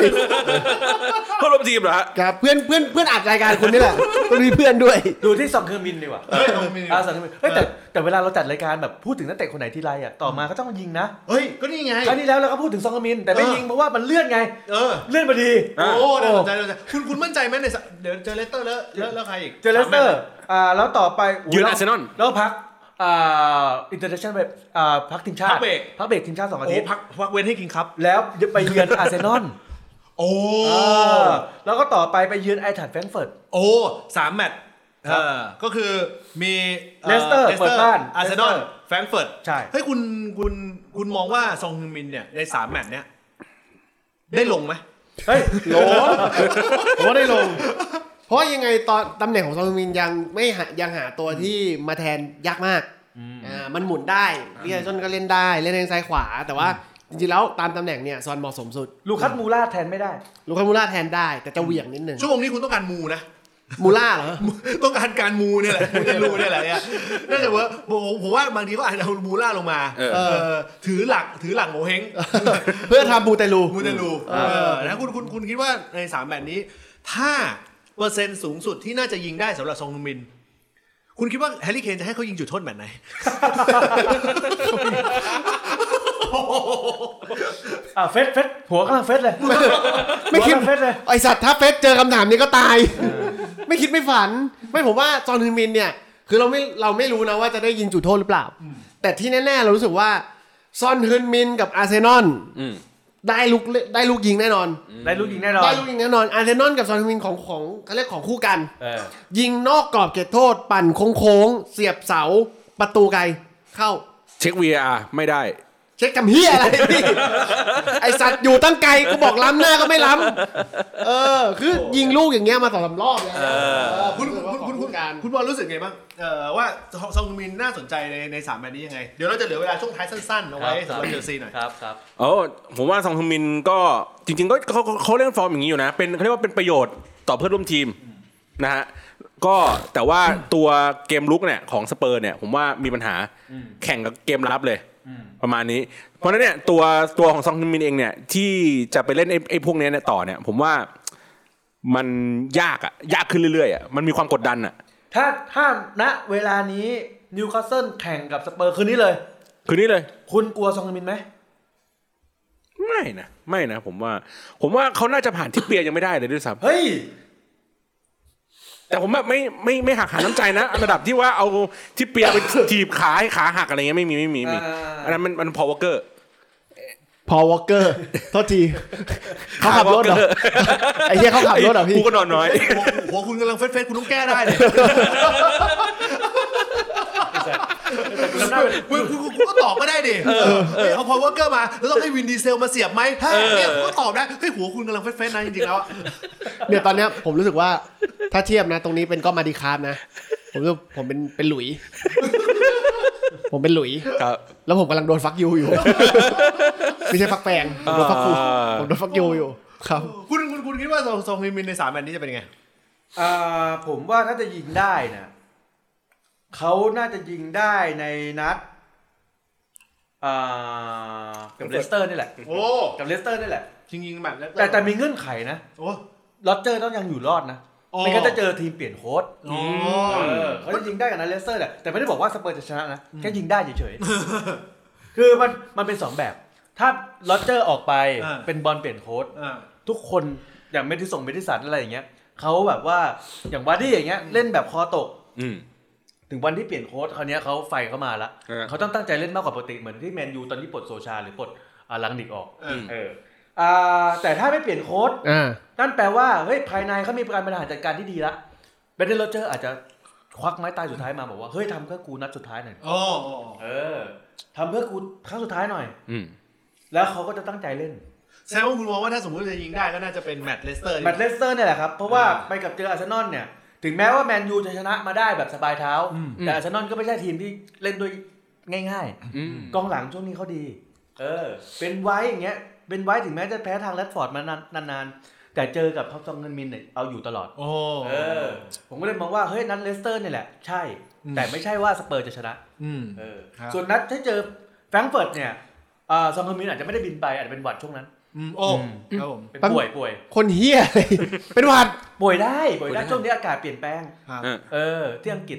[SPEAKER 2] เพื่อนร่วมทีมเหรอฮะ
[SPEAKER 4] ครับเพื่อนเพื่อนเพื่อนอัดรายการคุณนี่แหละต้องดูที่เพื่อนด้วย
[SPEAKER 3] ดูที่ซองเคอร์มินดีกว่า
[SPEAKER 1] เฮ้ยซองเมน
[SPEAKER 3] อ่าซองเคอร์มินเฮ้ยแต่แต่เวลาเราจัดรายการแบบพูดถึงนักเตะคนไหนทีไรอ่ะต่อมาก็ต้องยิงนะ
[SPEAKER 1] เฮ้ยก็นี่ไง
[SPEAKER 3] ครั้งที่แล้วเราก็พูดถึงซองเคอร์มินแต่ไม่
[SPEAKER 1] เออ
[SPEAKER 3] ยิงเพราะว่ามันเลื่อนไง
[SPEAKER 1] เออ
[SPEAKER 3] เลื่อนพอดี
[SPEAKER 1] โอ้น่าสนใจน่าสนใจคุณคุณมั่นใจไหมในสะเดี๋ยวเจอเลสเตอร์แล้วแล้วแล้วใครอีก
[SPEAKER 3] เจอเลสเตอร์อ่าแล้วต่อไป
[SPEAKER 2] ยืน
[SPEAKER 3] แล้ว
[SPEAKER 2] อาร์เซนอล
[SPEAKER 3] แล้วพักอ่าอินเตอร์เนชั่นแบบอ่าพักทีมชาติพักเบรกทีมชาติสองอา
[SPEAKER 1] โอ้
[SPEAKER 3] ทิตย์
[SPEAKER 1] พักพักเว้นให้กินครับ
[SPEAKER 3] แล้วไปเยือน อาร์เซนอล
[SPEAKER 1] โอ้
[SPEAKER 3] แล้วก็ต่อไปไปเยือนไอถันแฟรงก์เฟิร์ต
[SPEAKER 1] โอ้สามแมตช์เออก็คือมี
[SPEAKER 3] เลสเตอร์เปิดบ้าน
[SPEAKER 1] อาร์เซนอล
[SPEAKER 3] เลสเตอร์
[SPEAKER 1] แฟรงก์เฟิร์ต
[SPEAKER 3] ใช่
[SPEAKER 1] เฮ้ยคุณคุณคุณมองว่าซองฮึงมินเนี่ยในสามแมตช์เนี่ยได้ลงไหม
[SPEAKER 3] เฮ้ยโหลผมว่าได้ลง
[SPEAKER 4] เพราะยังไงตอนตำแหน่งของซองมินยังไม่หายังหาตัวที่มาแทนยากมากอ่ามันหมุนได้เรียชนก็เล่นได้เล่นทางซ้ายขวา แต่ว่าจริงๆแล้วตามตำแหน่งเนี่ยซอนเหมาะสมสุด
[SPEAKER 3] ลูคัสมูล่าแทนไม่ได้
[SPEAKER 4] ลูกามูล่าแทนได้แต่จะเหวี่ยงนิดนึง
[SPEAKER 1] ชั่วโมงนี้คุณต้องการมูนะ
[SPEAKER 4] มูล่าเหรอ
[SPEAKER 1] ต้องการการมูเนี่ยแหละมูจะรูเนี่ยแหละเนี่ยน่าจะว่าผมผมว่าบางทีก็อาจจะเอามูล่าลงมา
[SPEAKER 2] เออ
[SPEAKER 1] เออถือหลักถือหลังโงเฮง
[SPEAKER 4] เพื่อทำมูเตลู
[SPEAKER 1] มูเตลู
[SPEAKER 4] เออ
[SPEAKER 1] เออนะคุณคุณคุณคิดว่าในสามแบบนี้ ถ้าเปอร์เซ็นต์สูงสุดที่น่าจะยิงได้สำหรับซองฮึงมิน คุณคิดว่าแฮร์รี่เคนจะให้เขายิงจุดโทษแบบไหน
[SPEAKER 3] อ่าเฟสเฟสหัวกำลังเฟสเลย
[SPEAKER 4] ไม่คิด
[SPEAKER 3] หัวกำลังเฟสเลย
[SPEAKER 4] ไอสัตว์ถ้าเฟสเจอคำถามนี้ก็ตาย ไม่คิดไม่ฝัน ไม่ผมว่าจอห์นฮึนมินเนี่ย คือเราไม่เราไม่รู้นะว่าจะได้ยิงจุดโทษหรือเปล่า แต่ที่แน่ๆ เรารู้สึกว่าซอนฮึนมินกับอาร์เซนอล
[SPEAKER 2] อืม
[SPEAKER 4] ได้ลูกเล่นได้ลูกยิงแน่นอน
[SPEAKER 3] ได้ลูกยิงแน่นอน
[SPEAKER 4] ได้ลูกยิงแน่นอนอาร์เซนอลกับซอนฮึนมินของของเขาเรียกของคู่กัน
[SPEAKER 3] เออ
[SPEAKER 4] ยิงนอกกรอบเขตโทษ ปั่นโค้งๆเสียบเสาประตูไกลเข้า
[SPEAKER 2] เช็ค VR ไม่ได้
[SPEAKER 4] เช็คกำเฮียอะไรพี่ ไอสัตว์อยู่ตั้งไกลก็บอกล้ำหน้าก็ไม่ล้ำเออ คือยิงลูกอย่างเงี้ยมาสองสามรอบแล้วเออ
[SPEAKER 1] คุณคุณคุณคุณ
[SPEAKER 4] การ
[SPEAKER 1] คุณบอลรู้สึกไงบ้างเออว่าซองฮึงมินน่าสนใจในในสามแบบนี้ยังไง เดี๋ยวเราจะเหลือเวลาช่วงท้ายสั้นๆเอาไว้สำหรับเชลซีหน่อย
[SPEAKER 3] ครับครับ
[SPEAKER 2] เออผมว่าซองฮึงมินก็จริง ๆ ก็เขาเขาเขาเล่นฟอร์มอย่างนี้อยู่นะ เป็นเขาเรียกว่าเป็นประโยชน์ต่อเพื่อนร่วมทีมนะฮะก็แต่ว่าตัวเกมลุกเนี่ยของสเปอร์เนี่ยผมว่ามีปัญหาแข่งกับเกมรับเลย ประมาณนี้ เพราะฉะนั้นเนี่ยตัวตัวของซองฮึงมินเองเนี่ยที่จะไปเล่นไอ้ไอ้พวกเนี้ยเนี่ยต่อเนี่ย ผมว่ามันยากอะยากขึ้นเรื่อยๆอะมันมีความกดดันอะ
[SPEAKER 3] ถ้าถ้าณเวลานี้นิวคาสเซิลแข่งกับสเปอร์คืนนี้เลย
[SPEAKER 2] คือนี่เลย
[SPEAKER 3] คุณกลัวซองมินไหม
[SPEAKER 2] ไม่นะไม่นะผมว่า ผมว่าเขาน่าจะผ่านทิปเปียยังไม่ได้เลยด้วยซ้ำ
[SPEAKER 3] เฮ้ย
[SPEAKER 2] แต่ผมแบบไม่ไม่ไม่หักหาน้ำใจนะระดับที่ว่าเอาที่เปียไปถีบขาให้ขาหักอะไรเงี้ยไม่มีไม่มีไม่มี
[SPEAKER 3] อ่า
[SPEAKER 2] อันนั้นมันมันพอวเกอร์
[SPEAKER 4] พอวอลเกอร์โทษทีเขาขับรถเหรอ ไอ้เหี้ยเขาขับรถเหรอพี่
[SPEAKER 2] กูก็นอนน้อย
[SPEAKER 1] หัวหัวคุณกำลังเฟซเฟซคุณต้องแก้ได้เลยคุณคุณคุณคุณก็ตอบก็ได้ดิเฮ้ยเอาพอวอร์เกอร์มาแล้วต้องให้วินดีเซลมาเสียบไหมถ้าเนี่ยคุณก็ตอบได้เฮ้ยหัวคุณกำลังเฟซเฟซนะจริงๆแล้วอะ
[SPEAKER 4] เนี่ยตอนเนี้ยผมรู้สึกว่าถ้าเทียบนะ ตรงนี้เป็นก็มาดีคาร์ฟนะ ผมรู้สึกผมเป็นเป็นหลุย ผมเป็นหลุย
[SPEAKER 2] ครับ
[SPEAKER 4] แล้วผมกำลังโดนฟักยูอยู่ ไม่ใช่ฟักแปลงผมโดนฟักยูผมโดนฟักยูอยู่ ครับ
[SPEAKER 1] คุณคุณคุณคิดว่าทรงทรงฮิมินในสามแมตช์นี้จะเป็นยังไง
[SPEAKER 3] อ่าผมว่าถ้าจะยิงได้นะเขาน่าจะยิงได้ในนัดอ่ากับเลสเตอร์นี่แหละ
[SPEAKER 1] โอ้
[SPEAKER 3] กับเลสเตอร์นี่แหละ
[SPEAKER 1] จริงๆแบบแล้ว
[SPEAKER 3] แต่แต่มีเงื่อนไขนะ
[SPEAKER 1] โอ้
[SPEAKER 3] ลอตเจอร์ต้องยังอยู่รอดนะ ไม่งั้นจะเจอทีมเปลี่ยนโค้ช
[SPEAKER 1] อ๋อ
[SPEAKER 3] เออเขาจะยิงได้กับนันเลสเตอร์แหละแต่ไม่ได้บอกว่าสเปอร์จะชนะนะแค่ยิงได้เฉย ๆ คือมันมันเป็นสองแบบ ถ้าโรเจอร์ออกไป
[SPEAKER 1] อ่า
[SPEAKER 3] เป็นบอลเปลี่ยนโค้ช
[SPEAKER 1] อ่า
[SPEAKER 3] ทุกคนอย่างเมทิส่งเมทิสันอะไรอย่างเงี้ยเขาแบบว่าอย่างวัดดี้อย่างเงี้ยเล่นแบบคอตก
[SPEAKER 2] อืม
[SPEAKER 3] ถึงวันที่เปลี่ยนโค้ชคราวเนี้ยเขาไฟเข้ามาละ
[SPEAKER 2] เออ
[SPEAKER 3] เขาต้องตั้งใจเล่นมากกว่าปกติเหมือนที่แมนยูตอนที่ปลดโซชาหรือปลดอ่าลังนิกออก
[SPEAKER 1] เออ
[SPEAKER 3] เอออ่าแต่ถ้าไม่เปลี่ยนโค้ช
[SPEAKER 4] อ่า
[SPEAKER 3] นั่นแปลว่าเฮ้ยภายในเขามีการบริหารจัดการที่ดีละเบนเดนโรเจอร์อาจจะควักไม้ตายสุดท้ายมาบอกว่าเฮ้ยทำเพื่อกูนัดสุดท้ายหน่อย
[SPEAKER 1] อ๋ออ๋อ
[SPEAKER 3] เออทำเพื่อกูครั้งสุดท้ายหน่อย
[SPEAKER 2] อืม
[SPEAKER 3] แล้วเขาก็จะตั้งใจเล่น
[SPEAKER 1] แสดงว่าคุณมองว่าถ้าสมมติจะยิงได้ก็น่าจะเป็นแมตต์เลสเตอร์
[SPEAKER 3] แมตช์เลสเตอร์เนี่ยแหละครับ เพราะว่าไปกับเจออาร์เซนอลเนี่ย ถึงแม้ว่าแมนยูจะชนะมาได้แบบสบายเท้า แต่อาร์เซนอลก็ไม่ใช่ทีมที่เล่นด้วยง่าย
[SPEAKER 2] อืม
[SPEAKER 3] ๆ กองหลังช่วงนี้เขาดี เออ เป็นไว้อย่างเงี้ย เป็นไว้ถึงแม้จะแพ้ทางแรดฟอร์ดมานานๆ แต่เจอกับท็อปซองเงินมินเนี่ยเอาอยู่ตลอด
[SPEAKER 1] โอ้
[SPEAKER 3] เออ ผมก็เลยมองว่าเฮ้ยนัดเลสเตอร์เนี่ยแหละ ใช่
[SPEAKER 1] อืม
[SPEAKER 3] แต่ไม่ใช่ว่าสเปอร์จะชนะ
[SPEAKER 1] อืม
[SPEAKER 3] เออ
[SPEAKER 1] ครับ
[SPEAKER 3] ส่วนนัดถ้าเจอแฟรงก์เฟิร์ตเนี่ยอ่าซองเงินมินอาจจะไม่ได้บินไปอาจจะเป็นหวัดช่วงนั้น
[SPEAKER 1] อืมโอ้
[SPEAKER 3] อืม
[SPEAKER 1] ครับผม
[SPEAKER 3] เป็น
[SPEAKER 4] แป๊บ
[SPEAKER 3] ป่วยป่วย
[SPEAKER 4] คนเฮียเลย เป็นหวัด
[SPEAKER 3] ป่วยได้
[SPEAKER 2] ป่
[SPEAKER 3] ป่วย
[SPEAKER 2] วย
[SPEAKER 3] ได้
[SPEAKER 2] ได้
[SPEAKER 3] ช่วงนี้อากาศเปลี่ยนแปลง
[SPEAKER 1] ครับ
[SPEAKER 2] เออ
[SPEAKER 3] เออที่อังกฤษ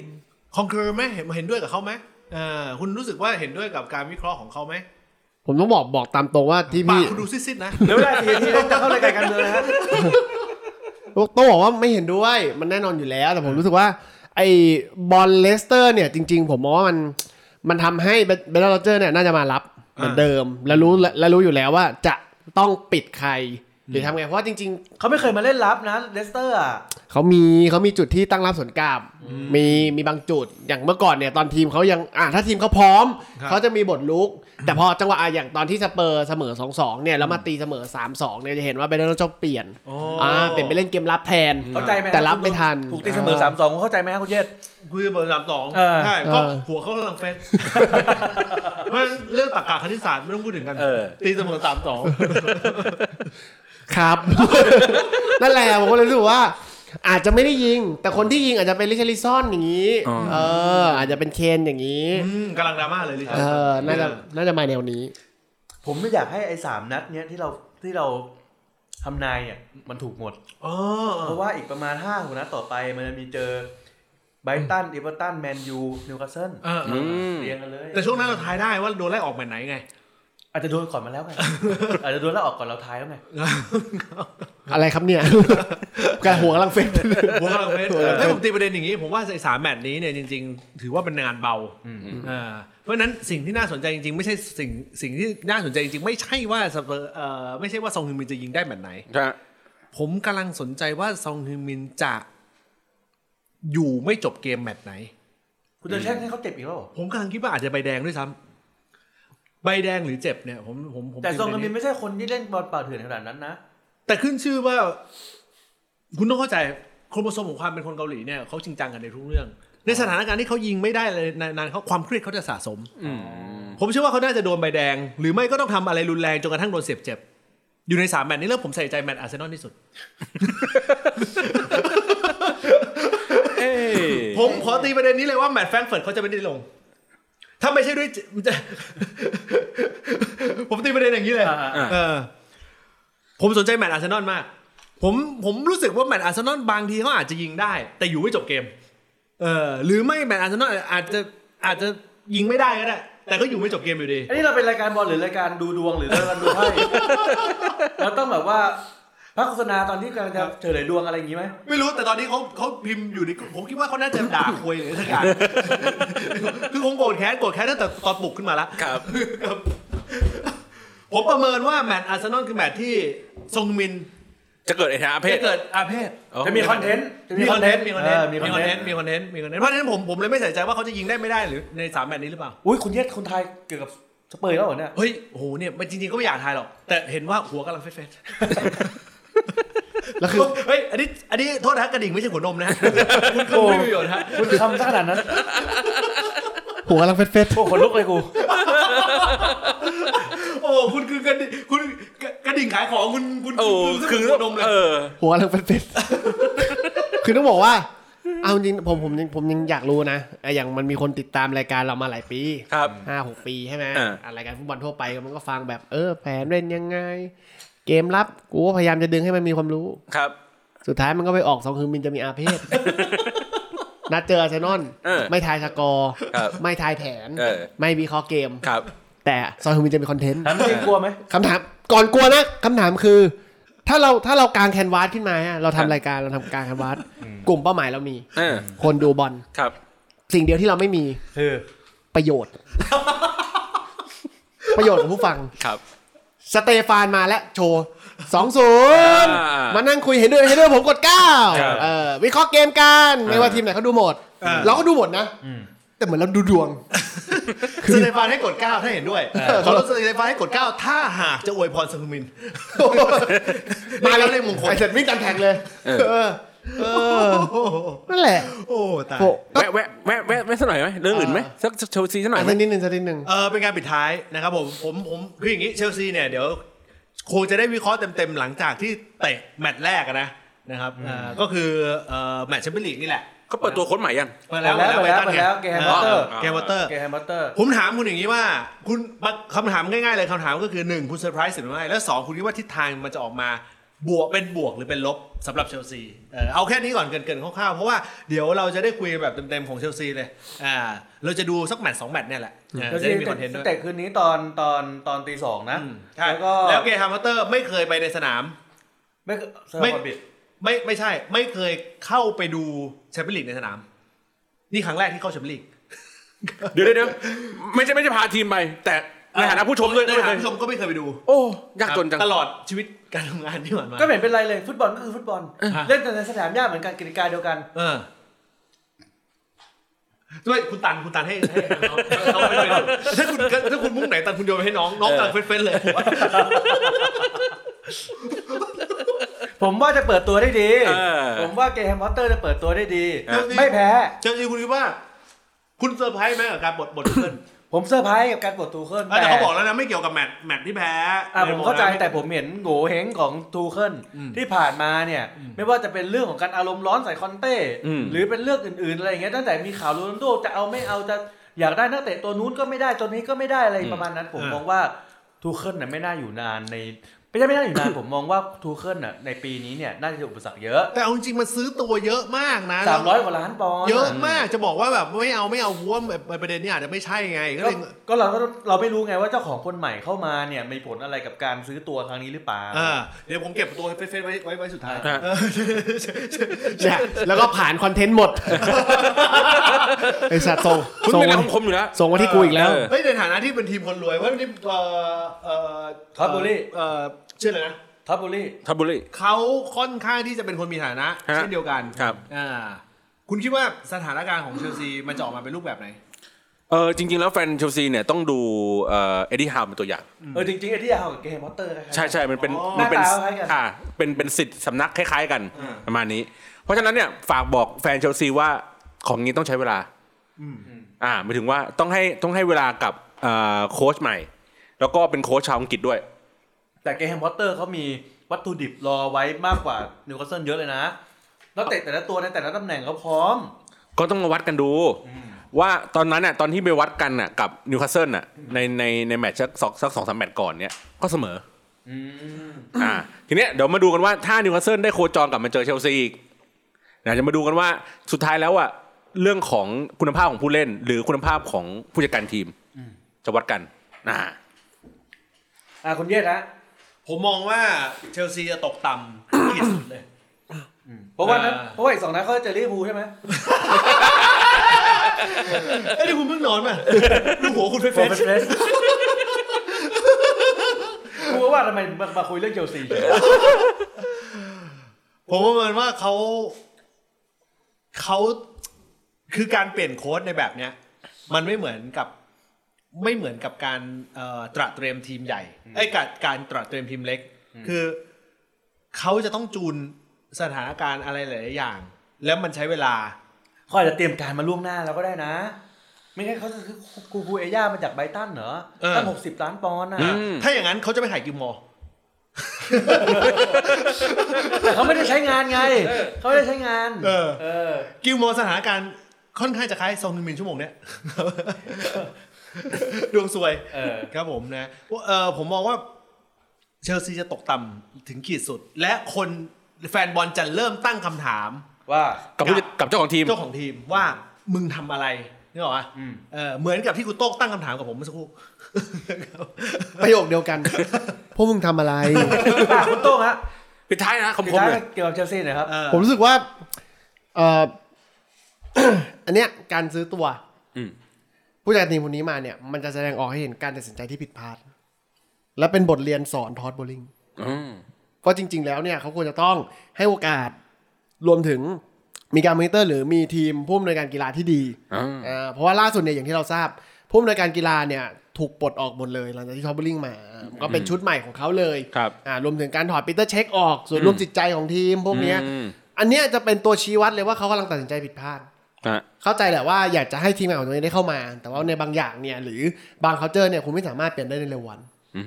[SPEAKER 1] คอนเคิร์ไหมเห็นเห็นด้วยกับเขาไหมเออคุณรู้สึกว่าเห็นด้วยกับการวิเคราะห์ของเขาไหม
[SPEAKER 4] ผมต้องบอกบอกตามตรงว่าที่
[SPEAKER 1] ปาก
[SPEAKER 4] พี่
[SPEAKER 1] คุณดูซิดๆนะ
[SPEAKER 3] เดี๋ยวเวลาทีที่จะเข้ารายการกันเลยนะฮะ
[SPEAKER 4] ต้องบอกว่าไม่เห็นด้วย มันแน่นอนอยู่แล้ว แต่ผมรู้สึกว่า ไอ้บอลเลสเตอร์เนี่ยจริง ๆ ผมมองว่ามันมันทำให้เบลลอเจอร์เนี่ยน่าจะมารับเหมือนเดิม แล้วรู้แล้วรู้อยู่แล้วว่าจะต้องปิดใคร หรือทำไงเพราะว่าจริง ๆ
[SPEAKER 3] เขาไม่เคยมาเล่นลับนะเลสเตอร์อ่ะ
[SPEAKER 4] เขามีเขามีจุดที่ตั้งรับสวนกลางมีมีบางจุดอย่างเมื่อก่อนเนี่ยตอนทีมเขายังอ่ะถ้าทีมเขาพร้อม
[SPEAKER 1] ครับ
[SPEAKER 4] เขาจะมีบทลุก แต่พอจังหวะอ่ะอย่างตอนที่สเปอร์เสมอ 2-2เนี่ยแล้วมาตีเสมอ 3-2เนี่ยจะเห็นว่าเบเดนต้องเปลี่ยน
[SPEAKER 1] อ๋อ
[SPEAKER 4] อ่าเปลี่ยนไปเล่นเกมรับแทน
[SPEAKER 3] เข้าใจไหมฮะ
[SPEAKER 4] แต่รับไม่ทัน
[SPEAKER 3] ถูกตีเสมอสามสองเข้าใจไหมฮะคุณเยศ
[SPEAKER 1] คุยเบอร์สามสอง
[SPEAKER 3] เออ
[SPEAKER 1] ใช่ก็
[SPEAKER 4] เออ
[SPEAKER 1] หัวเขากำลังเฟ้น เพราะฉะนั้นเรื่องตรรกะคณิตศาสตร์ไม่ต้องพูดถึงกัน
[SPEAKER 2] เออ
[SPEAKER 1] ตีเสมอสามสอง
[SPEAKER 4] ครับ นั่นแหละผมก็เลยรู้สึกว่า อาจจะไม่ได้ยิง แต่คนที่ยิงอาจจะเป็นลิชาริซอนอย่างนี้
[SPEAKER 2] อ๋อ
[SPEAKER 4] เออ อาจจะเป็นเคนอย่างนี้
[SPEAKER 1] อืมกำลังดราม่าเลยลิ
[SPEAKER 4] เอ
[SPEAKER 1] ซ่า
[SPEAKER 4] อน่าจะน่าจะมาแนวนี้
[SPEAKER 3] ผมไม่อยากให้ไอ้สามนัดเนี้ยที่เราที่เราทำนายอ่ะมันถูกหมด
[SPEAKER 1] อ๋อ
[SPEAKER 3] เพราะว่าอีกประมาณห้าหัวนัดต่อไปมันจะมีเจอไบรตันเอเวอร์ตันแมนยูนิวคาสเซิล
[SPEAKER 1] เออเอ
[SPEAKER 2] อื
[SPEAKER 1] อ
[SPEAKER 2] ม
[SPEAKER 3] เรียงกันเลย
[SPEAKER 1] แต่ช่วงนั้นเราทายได้ว่าโดนไล่ออกแบบไหน ไง
[SPEAKER 3] อาจจะโดนก่อน มาแล้วไงอาจจะโดนแล้วออกก่อนเราทายแล้วไง
[SPEAKER 4] อะไรครับเนี่ย กระหัวกำลังเฟ้น
[SPEAKER 1] หัวกำลังเฟ้นถ้าผมตีประเด็นอย่างนี้ ผมว่าไอ้สามแมตช์นี้เนี่ยจริง ๆ ถือว่าเป็นงานเบาอ่าเพราะฉะนั้นสิ่งที่น่าสนใจจริง ๆ ไม่ใช่สิ่งสิ่งที่น่าสนใจจริง ๆ ไม่ใช่ว่าสเปอร์เอ่อไม่ใช่ว่าซองฮึงมินจะยิงได้แบบไหน
[SPEAKER 2] ใช่
[SPEAKER 1] ผมกำลังสนใจว่าซองฮึงมินจะอยู่ไม่จบเกมแมตช์ไหน
[SPEAKER 3] คุณจะแช่งให้เขาเจ็บอีกแล้วเหรอ
[SPEAKER 1] ผมกำลังคิดว่าอาจจะใบแดงด้วยซ้ำใบแดงหรือเจ็บเนี่ย ผมผมผม
[SPEAKER 3] แต่ซองกามิน
[SPEAKER 1] เป็แบบ
[SPEAKER 3] ไม่ใช่คนที่เล่นบอลป่าเถื่อนขนาดนั้นนะ
[SPEAKER 1] แต่ขึ้นชื่อว่า คุณต้องเข้าใจโครโมโซมของความเป็นคนเกาหลีเนี่ยเขาจริงจังกันในทุกเรื่อง ในสถานการณ์ที่เขายิงไม่ได้เลยนานๆเขาความเครียดเขาจะสะสม
[SPEAKER 2] อืม
[SPEAKER 1] ผมเชื่อว่าเขาน่าจะโดนใบแดง หรือไม่ก็ต้องทำอะไรรุนแรงจนกระทั่งโดนเสียบเจ็บ อยู่ในสามแมตช์นี้แล้วผมใส่ใจแมตช์อาร์เซนอลที่สุด
[SPEAKER 2] เอ้ย
[SPEAKER 1] ผมขอตีประเด็นนี้เลยว่าแมตช์แฟรงก์เฟิร์ตเขาจะไม่ได้ลง ถ้าไม่ใช่ด้วย เจจะ ผมตีประเด็นอย่างนี้เลย
[SPEAKER 3] อ่า
[SPEAKER 1] เออผมสนใจแมตช์อาร์เซนอลมาก ผมผมรู้สึกว่าแมตช์อาร์เซนอลบางทีเขาอาจจะยิงได้ แต่อยู่ไม่จบเกม เออหรือไม่แมตช์อาร์เซนอลอาจจะอาจจะยิงไม่ได้ก็ได้ แต่ก็อยู่ไม่จบเกมอยู่ดี
[SPEAKER 3] อันนี้เราเป็นรายการบอลหรือรายการดูดวงหรือรายการดูไพ่ เราต้องแบบว่าพระโฆษณาตอนที่กำลังจะเฉลยดวงอะไรอย่างนี้ไหม
[SPEAKER 1] ไม่รู้แต่ตอนนี้เขาเขาพิมพ์อยู่ในกลุ่มผมคิดว่าเขาน่าจะด่าควยหรืออะไรสักอย่าง คือคงโกรธแค้นโกรธแค้นตั้งแต่ตอนปลุกขึ้นมาแล้ว
[SPEAKER 2] ครับ
[SPEAKER 1] ครับผมประเมินว่าแมตช์อาร์เซนอลคือแมตช์ที่ทรงมิน
[SPEAKER 2] จะเกิดไอ้ทาเพศ
[SPEAKER 1] จะเกิดอาเพศ
[SPEAKER 2] อ๋อ
[SPEAKER 3] จะมีคอนเทนต์จะ
[SPEAKER 1] มีคอนเทนต์มีคอนเทนต์
[SPEAKER 3] มีคอนเทนต์
[SPEAKER 1] มีคอนเทนต์มีคอนเทนต์เพราะฉะนั้นผมผมเลยไม่ใส่ใจว่าเขาจะยิงได้ไม่ได้หรือในสามแมตช์นี้หรือเปล่า
[SPEAKER 3] อุ้ยคุณเยศคุณไทยเกี่ยวกับสเปอร์แล้วเหรอเนี่ย
[SPEAKER 1] เฮ้ยโอ้โหเนี่ยมันจริงๆก็ไม่อยากทายหรอก แต่เห็นว่าหัวกำลังเฟดๆ
[SPEAKER 4] แล้วคือ
[SPEAKER 1] เฮ้ยอันนี้อันนี้โทษนะกระดิ่งไม่ใช่หัวนมนะคุณคือไม่มีประโยชน์ฮะ
[SPEAKER 3] คุณทำซะขนาด นั้น
[SPEAKER 4] หัวกำลังเฟ้นเฟน
[SPEAKER 3] โอ้ขนลุกเลยกู
[SPEAKER 1] โอ้ คุณคือกระดิ่งคุณกระดิ่งขายของคุณคุณ
[SPEAKER 2] โอ้
[SPEAKER 1] ณ
[SPEAKER 2] คือ
[SPEAKER 1] ณดมเลย
[SPEAKER 2] เออ
[SPEAKER 4] หัวกำลังเป็น ๆ คือต้องบอกว่า เอาจริงผมผมยังผมยังอยากรู้นะไอ้อย่างมันมีคนติดตามรายการเรามาหลายปี
[SPEAKER 2] ครับ
[SPEAKER 4] ห้าหกปีใช่ไหม
[SPEAKER 2] อ่า
[SPEAKER 4] อ่ะรายการฟุตบอลทั่วไปมันก็ฟังแบบเออแผนเล่นยังไง เกมรับกูก็พยายามจะดึงให้มันมีความรู้
[SPEAKER 2] ครับ
[SPEAKER 4] สุดท้ายมันก็ไปออกสองคืนมินจะมีอาเพศ นัดเจออาร์เซนอล
[SPEAKER 2] เออ
[SPEAKER 4] ไม่ทายสกอร์
[SPEAKER 2] ครับ
[SPEAKER 4] ไม่ทายแผน
[SPEAKER 2] เออ
[SPEAKER 4] ไม่วิเคราะห์เกม
[SPEAKER 2] ครับ
[SPEAKER 4] แต่ซองคืนมินจะมีคอนเทนต์
[SPEAKER 3] ถามจริงกลัวไหม
[SPEAKER 4] คำถามก่อนกลัวนะคำถามคือ ถ้าเราถ้าเรากางแคนวาสขึ้นมาอะเรา
[SPEAKER 2] ครั
[SPEAKER 4] ทำ
[SPEAKER 2] บ
[SPEAKER 4] รายการเราทำกางแคนวาสกลุ่มเป้าหมายเรามี
[SPEAKER 2] เออ
[SPEAKER 4] คนดูบอล
[SPEAKER 2] ครับ
[SPEAKER 4] สิ่งเดียวที่เราไม่มี
[SPEAKER 3] คือ
[SPEAKER 4] ประโยชน์ ประโยชน์ของผู้ฟัง
[SPEAKER 2] ครับ
[SPEAKER 4] สเตฟานมาแล้วโชว์สองศูนย์
[SPEAKER 2] อ่า
[SPEAKER 4] มานั่งคุยเห็นด้วยเห็นด้วยผมกดเก้า
[SPEAKER 2] ครับ
[SPEAKER 4] เออวิเคราะห์เกมกัน
[SPEAKER 2] อ่า
[SPEAKER 4] ไม่ว่าทีมไหนเขาดูหมด
[SPEAKER 1] อ่า
[SPEAKER 4] เราก็ดูหมดนะ แต่เหมือนเราดูดวง
[SPEAKER 1] สเตฟานให้กด9ถ้าเห็นด้วยขอรถสเตฟานให้กด9ถ้าหากจะอวยพรซังคุ มิน
[SPEAKER 4] มาแล้ว
[SPEAKER 1] ได้มงคล
[SPEAKER 4] ไอ้เสร็จวิ่งกันแทงเลย
[SPEAKER 2] เออ
[SPEAKER 4] เออเออนั่นแหละ
[SPEAKER 1] โอ้ตาย
[SPEAKER 4] โหก็
[SPEAKER 2] แวะแวะแวะแวะแวะสักหน่อยไหมเรื่องอื่นไหม
[SPEAKER 4] อ่า
[SPEAKER 2] สักเชลซีสักหน่อย
[SPEAKER 4] อ่ะ
[SPEAKER 2] ไหม
[SPEAKER 4] สักนิดหนึ่งสักนิดหนึ่ง
[SPEAKER 1] เออเป็นการปิดท้ายนะครับผมผมผมคืออย่างนี้เชลซีเนี่ยเดี๋ยวคงจะได้วิเคราะห์เต็มๆหลังจากที่เตะแมตช์แรกอะนะนะครับอ่าก็คือเอ่อแมตช์แชมเปี้ยนลีกนี่แหละ
[SPEAKER 2] เขาเปิดตัวคนใหม่ยัง
[SPEAKER 1] เปิด
[SPEAKER 3] แล้วแล้วแล้วแล้วเกมมอเตอร์
[SPEAKER 1] เกมวอเตอร์
[SPEAKER 3] เกมมอเตอร์
[SPEAKER 1] ผมถามคุณอย่างนี้ว่า คุณคำถามง่ายๆเลยคำถามก็คือหนึ่งคุณเซอร์ไพรส์หรือไม่แล้วสองคุณคิดว่าทิศทางมันจะออกมาบวกเป็นบวกหรือเป็นลบสำหรับเชลซีเออเอาแค่นี้ก่อนเกรินๆคร่าวๆเพราะว่าเดี๋ยวเราจะได้คุยแบบเต็มๆของเชลซีเลยอ่าเราจะดูสักแมตช์สองแมตช์เนี่ยแหละเออ
[SPEAKER 3] ก็
[SPEAKER 1] จะ
[SPEAKER 3] คือ
[SPEAKER 1] ได้มีคอนเทนต์ด้วย
[SPEAKER 3] แต่คืนนี้ตอนตอนตอนตีสองนะ
[SPEAKER 1] อืมใช่
[SPEAKER 3] แล้วก็
[SPEAKER 1] แล้วเกย์ฮามเมอร์เตอร์ไม่เคยไปในสนาม
[SPEAKER 3] ไม่เซอร์
[SPEAKER 1] ไม่
[SPEAKER 3] คอนบิด
[SPEAKER 1] ไม่ไม่ใช่ ไม่เคยเข้าไปดูแชมเปี้ยนลีกในสนาม นี่ครั้งแรกที่เข้าแชมเปี้ยนลีก
[SPEAKER 2] เดี๋ยวเดี๋ยวเดี๋ยวไม่ใช่ไม่ใช่พาทีมไป แต่ในฐานะผู้ชมด้วย
[SPEAKER 1] ใน
[SPEAKER 2] ด้วย
[SPEAKER 1] ฐานะผู้ชมก็ไม่เคยไปดู
[SPEAKER 2] โอ้ยากจนจัง
[SPEAKER 1] ตลอดชีวิตการทำงานที่ผ่านมา
[SPEAKER 3] ก็ไม่เห็นเป็นไรเลยฟุตบอลก็คือฟุตบอล
[SPEAKER 1] เออ
[SPEAKER 3] เล่นแต่ในสนามหญ้าเหมือนกันกติกาเดียวกัน
[SPEAKER 1] เออด้วยคุณตันคุณตันให้ให้น้องน้องไปเลยถ้าคุณถ้าคุณมุ่งไหนตันคุณโยนไปให้น้องน้อง
[SPEAKER 2] เออ
[SPEAKER 1] กำลังเฟ้นๆเลย
[SPEAKER 3] ผมว่าจะเปิดตัวได้ดี
[SPEAKER 2] เออ
[SPEAKER 3] ผมว่าเกมมอเตอร์จะเปิดตัวได้ดี
[SPEAKER 1] เออ
[SPEAKER 3] ไม่แพ้
[SPEAKER 1] เจริงๆคุณคิดว่า คุณเซอร์ไพรส์ไหมกับการบทบทเพื่อน
[SPEAKER 3] ผมเซอร์ไพรส์กับการกดตูเคิล
[SPEAKER 1] แต่เขาบอกแล้วนะไม่เกี่ยวกับแมตช์แมตช์ที่แพ้
[SPEAKER 3] อ่ะผมเข้าใจ
[SPEAKER 1] นโมนะ
[SPEAKER 3] แต่ผมเห็นโง่เฮงของทูเคิล
[SPEAKER 1] อืม
[SPEAKER 3] ที่ผ่านมาเนี่ย ไม่ว่าจะเป็นเรื่องของการอารมณ์ร้อนใส่คอนเต้
[SPEAKER 2] อืม
[SPEAKER 3] หรือเป็นเรื่องอื่นๆอะไรอย่างเงี้ยตั้งแต่มีข่าวโรนัลโดจะเอาไม่เอาจะอยากได้นักเตะตัวนู้นก็ไม่ได้ตัวนี้ก็ไม่ได้อะไรประมาณนั้น ผมมองว่าทูเคิลน่ะไม่น่าอยู่นานในไม่ใช่ไม่น่าอยู่นาน ผมมองว่าทูเคิลน่ะในปีนี้เนี่ยน่าจะเจออุปสรรคเยอะ
[SPEAKER 1] แต่เอาจริงๆมันซื้อตัวเยอะมากนะ
[SPEAKER 3] สามร้อย
[SPEAKER 1] แล้ว
[SPEAKER 3] กว่าล้านปอนด์
[SPEAKER 1] เยอะมากจะบอกว่าแบบไม่เอาไม่เอาหัวาแบบประเด็นเนี้อาจจะไม่ใช่ไงก็
[SPEAKER 3] ก็
[SPEAKER 1] เลย
[SPEAKER 3] ก็เราก็เราไม่รู้ไงว่าเจ้าของคนใหม่เข้ามาเนี่ยมีผลอะไรกับการซื้อตัวครั้งนี้หรือเปล่า
[SPEAKER 1] เออเดี๋ยวผมเก็บตัวเฟ้นๆไว้ไว้ไว้สุดท้าย
[SPEAKER 2] ฮะ
[SPEAKER 1] เออ
[SPEAKER 4] เนี่ยแล้วก็ผ่านคอนเทนต์หมด ไอ้สัตว์ส่ง
[SPEAKER 2] คุณ
[SPEAKER 4] ส่ง
[SPEAKER 2] เป็นอะไรของผมอยู่แล้ว
[SPEAKER 4] ส่งมาที่กูอีกแล้ว
[SPEAKER 2] เออ
[SPEAKER 1] เฮ้ยในฐานะที่เป็นทีมคนรวยเพราะนี่เอ่อเอ่อ
[SPEAKER 3] ท็อปบูลลี่
[SPEAKER 1] เอ่อชื่ออะไรนะ
[SPEAKER 3] ท็อปบุรี
[SPEAKER 2] ทับบุรี
[SPEAKER 1] เขาค่อนข้างที่จะเป็นคนมีฐานะ
[SPEAKER 2] ฮะ
[SPEAKER 1] เช่นเดียวกัน
[SPEAKER 2] ครับ
[SPEAKER 1] อ่าคุณคิดว่าสถานการณ์ของเชลซีมันจะออกมาเป็นรูปแบบไหน
[SPEAKER 2] เออจริง ๆ แล้วแฟนเชลซีเนี่ยต้องดูเอ่อเอ็ดดี้ฮาวเป็นตัวอย่าง
[SPEAKER 3] เออจริงๆไอ้ที่ยาวกับเกมมอเตอร์นะครับ
[SPEAKER 2] ใช่ใช่มันเป็น
[SPEAKER 1] อ๋อ
[SPEAKER 2] มัเป็น
[SPEAKER 3] หน้าตาคล้ายกัน
[SPEAKER 2] อ่าเป็นเป็นสิทธิ์สำนักคล้าย ๆ กันประมาณนี้ เพราะฉะนั้นเนี่ยฝากบอกแฟนเชลซีว่าของนี้ต้องใช้เวลาอ่าหมายถึงว่าต้องให้ต้องให้เวลากับเอ่อโค้ชใหม่ แล้วก็เป็นโค้ชชาวอังกฤษด้วย
[SPEAKER 3] แต่เกมมอเตอร์เขามีวัตถุดิบรอไว้มากกว่านิวคาสเซิลเยอะเลยนะแล้วเตะแต่ละตัวในแต่ละตำแหน่งเขาพร้อม
[SPEAKER 2] ก็ต้องมาวัดกันดู ว่าตอนนั้นน่ะตอนที่ไปวัดกันน่ะกับนิวคาสเซิลน่ะในในในแมตช์สักสองสักสองสามแมตช์ก่อนเนี่ยก็เสมอออ่าทีเนี้ยเดี๋ยวมาดูกันว่าถ้านิวคาสเซิลได้โคจรกลับมาเจอเชลซีอีกนะจะมาดูกันว่าสุดท้ายแล้วอ่ะเรื่องของคุณภาพของผู้เล่น หรือคุณภาพของผู้จัดการทีมจะวัดกันอ่า
[SPEAKER 3] อ่าคุณเยศนะ
[SPEAKER 1] ผมมองว่าเชลซีจะตกต่ำที่สุดเลย
[SPEAKER 3] เพราะว่านั้น
[SPEAKER 1] อ่า
[SPEAKER 3] เพราะว่าอีกสองนัดเขาจะเจอลิเวอร์พูลใช่ไหม
[SPEAKER 1] เอ้ยนี่คุณเพิ่งนอนป่ะลูกหัวคุณเฟ้
[SPEAKER 3] ผม
[SPEAKER 1] น
[SPEAKER 3] เป็นเฟส กูว่าทำไมมามาคุยเรื่องเชลซี
[SPEAKER 1] ๆผมประเมินว่าเขาเขาคือการเปลี่ยนโค้ดในแบบเนี้ย มันไม่เหมือนกับไม่เหมือนกับการเอ่อตระเตรียมทีมใหญ่ไอ้ยการการตระเตรียมทีมเล็ก คือเขาจะต้องจูนสถานการณ์อะไรหลายๆอย่าง แล้วมันใช้เวลา
[SPEAKER 3] เขาอาจจะเตรียมการมาล่วงหน้าแล้วก็ได้นะ ไม่งั้นเขาจะคือกูกูเอย่ามาจากไบรตันเหรอ
[SPEAKER 1] เออ
[SPEAKER 3] ตั้งหกสิบล้านปอนด์นะ
[SPEAKER 2] อืม
[SPEAKER 1] ถ้าอย่างนั้นเขาจะไปถ่ายกิมมอร์
[SPEAKER 3] แต่เขาไม่ได้ใช้งานไงเขาไม่ได้ใช้งาน
[SPEAKER 1] เออ
[SPEAKER 3] เออ
[SPEAKER 1] กิมมอร์สถานการณ์ค่อนข้างจะคล้ายซองฮึนมินชั่วโมงเนี้ย ดวงซวย
[SPEAKER 3] เออ
[SPEAKER 1] ครับผมนะเออผมมองว่าเชลซีจะตกต่ำถึงขีดสุด และคน แฟนบอลจะเริ่มตั้งคำถาม
[SPEAKER 3] ว่า
[SPEAKER 2] กับผู้จัดกับเจ้าของทีม
[SPEAKER 1] เจ้าของทีมว่ามึงทำอะไรนึกออกปะ
[SPEAKER 3] อืม
[SPEAKER 1] เออเหมือนกับที่คุณโต้งตั้งคำถามกับผมเมื่อสักค รู่
[SPEAKER 4] ประโยคเดียวกัน พวกมึงทำอะไร
[SPEAKER 3] อ่ะคุณโต้งฮะ
[SPEAKER 2] ปิดท้ายนะคม
[SPEAKER 3] สุด
[SPEAKER 2] คม
[SPEAKER 3] ท้าย
[SPEAKER 2] เลย
[SPEAKER 3] เกี่ยวกับเชลซีหน่อยครับ
[SPEAKER 1] เออ
[SPEAKER 4] ผมรู้สึกว่าเอ่อ อันเนี้ยการซื้อตัว
[SPEAKER 2] อืม
[SPEAKER 4] ผู้จัดการทีมคนนี้มาเนี่ย มันจะแสดงออกให้เห็นการตัดสินใจที่ผิดพลาด และเป็นบทเรียนสอนทอดโบลิง
[SPEAKER 2] อืม
[SPEAKER 4] เพราะจริง ๆ แล้วเนี่ยเขาควรจะต้องให้โอกาสรวมถึงมีการมอนิเตอร์หรือมีทีมผู้อำนวยการกีฬาที่ดี
[SPEAKER 2] อ่า
[SPEAKER 4] อ่าเพราะว่าล่าสุดเนี่ยอย่างที่เราทราบ ผู้อำนวยการกีฬาเนี่ยถูกปลดออกหมดเลยหลังจากที่ทอปเปอร์ลิงมาอ่าก็เป็นชุดใหม่ของเขาเลย
[SPEAKER 2] ครับ
[SPEAKER 4] อ่ารวมถึงการถอดปีเตอร์เช็คออกส่วนรวมจิตใจของทีมพวกเนี้ย
[SPEAKER 2] อืม
[SPEAKER 4] อันเนี้ยจะเป็นตัวชี้วัดเลยว่าเขากำลังตัดสินใจผิดพลาด
[SPEAKER 2] ฮะ
[SPEAKER 4] เข้าใจแหละว่าอยากจะให้ทีมงานของตัวเองได้เข้ามา แต่ว่าในบางอย่างเนี่ยหรือบาง c u เจอร์เนี่ยคุณไม่สามารถเปลี่ยนได้ในเร็ววัน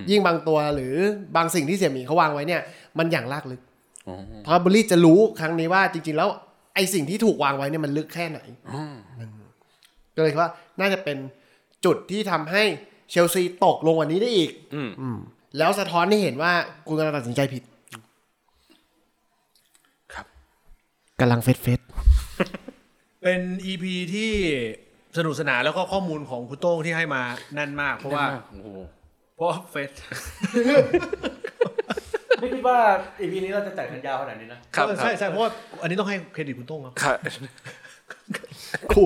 [SPEAKER 4] ยิ่งบางตัวหรือบางสิ่งที่เสี่ยหมีเขาวางไว้เนี่ยมันอย่างลากลึก
[SPEAKER 2] อ๋อ
[SPEAKER 4] ทอร์บรีจะรู้ครั้งนี้ว่าจริง ๆ แล้วไอสิ่งที่ถูกวางไว้เนี่ยมันลึกแค่ไหน
[SPEAKER 2] อ๋อ
[SPEAKER 4] ก็เลยคิดว่าน่าจะเป็นจุดที่ทำให้เชลซีตกลงวันนี้ได้อีก
[SPEAKER 2] อืม
[SPEAKER 4] อืมแล้วสะท้อนให้เห็นว่าคุณกำลังตัดสินใจผิด
[SPEAKER 2] ครับ
[SPEAKER 4] กำลังเฟดเฟด
[SPEAKER 1] เป็นอีพีที่สนุกสนานแล้วก็ข้อมูลของคุณโต้งที่ให้มาแน่นมาก เพราะว่า
[SPEAKER 2] โอ้โห
[SPEAKER 1] เพราะเฟส
[SPEAKER 3] ไม่คิดว่าอีพีนี้เราจะจัดกันยาวขนาดนี้นะ
[SPEAKER 2] ครับ
[SPEAKER 1] เออใช่ใช่เพราะว่าอันนี้ต้องให้เครดิตคุณโต้งครับ
[SPEAKER 2] ครับ
[SPEAKER 4] กู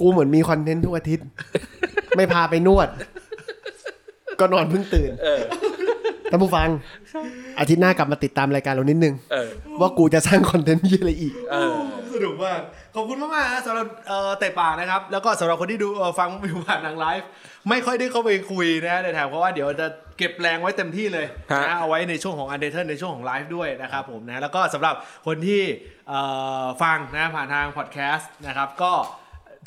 [SPEAKER 4] กูเหมือนมีคอนเทนต์ทุกอาทิตย์ ไม่พาไปนวด ก็นอนเพิ่งตื่น
[SPEAKER 2] เออ
[SPEAKER 4] ท่านผู้ฟัง อาทิตย์หน้ากลับมาติดตามรายการเรานิดนึง
[SPEAKER 2] เออ
[SPEAKER 4] ว่ากูจะสร้างคอนเทนต์ยี่อะไรอีก
[SPEAKER 2] เออ
[SPEAKER 1] สนุกมาก ขอบคุณมากๆนะสำหรับเอ่อเตะปากนะครับ แล้วก็สำหรับคนที่ดูเอ่อฟังวิวผ่านทางไลฟ์ไม่ค่อยได้เข้าไปคุยนะในแถวเพราะว่าเดี๋ยวจะเก็บแรงไว้เต็มที่เลย
[SPEAKER 2] ฮะ
[SPEAKER 1] นะเอาไว้ในช่วงของอันเดอร์เทนในช่วงของไลฟ์ด้วยนะครับผมนะแล้วก็สำหรับคนที่เอ่อฟังนะผ่านทางพอดแคสต์นะครับก็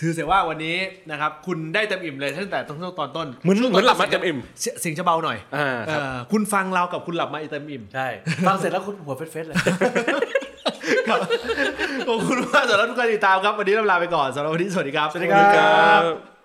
[SPEAKER 1] ถือเสียว่าวันนี้นะครับคุณได้เต็มอิ่มเลยตั้งแต่ต้นตอนต้น
[SPEAKER 2] เหมือนเหมือนหลับมาเต็มอิ่ม
[SPEAKER 1] เสียเสียงจะเบาหน่อย
[SPEAKER 2] อ่าครับ
[SPEAKER 1] เอ่อคุณฟังเรากับคุณหลับมาอีกเต็มอิ่ม
[SPEAKER 3] ใช่ ฟังเสร็จแล้วคุณหัวเฟสๆเลย
[SPEAKER 1] ครับ ขอบคุณมากสำหรับทุกการติดตามครับ วันนี้ลำลาไปก่อนสำหรับวันนี้สวัสดีครับ
[SPEAKER 3] สวัสดีครับ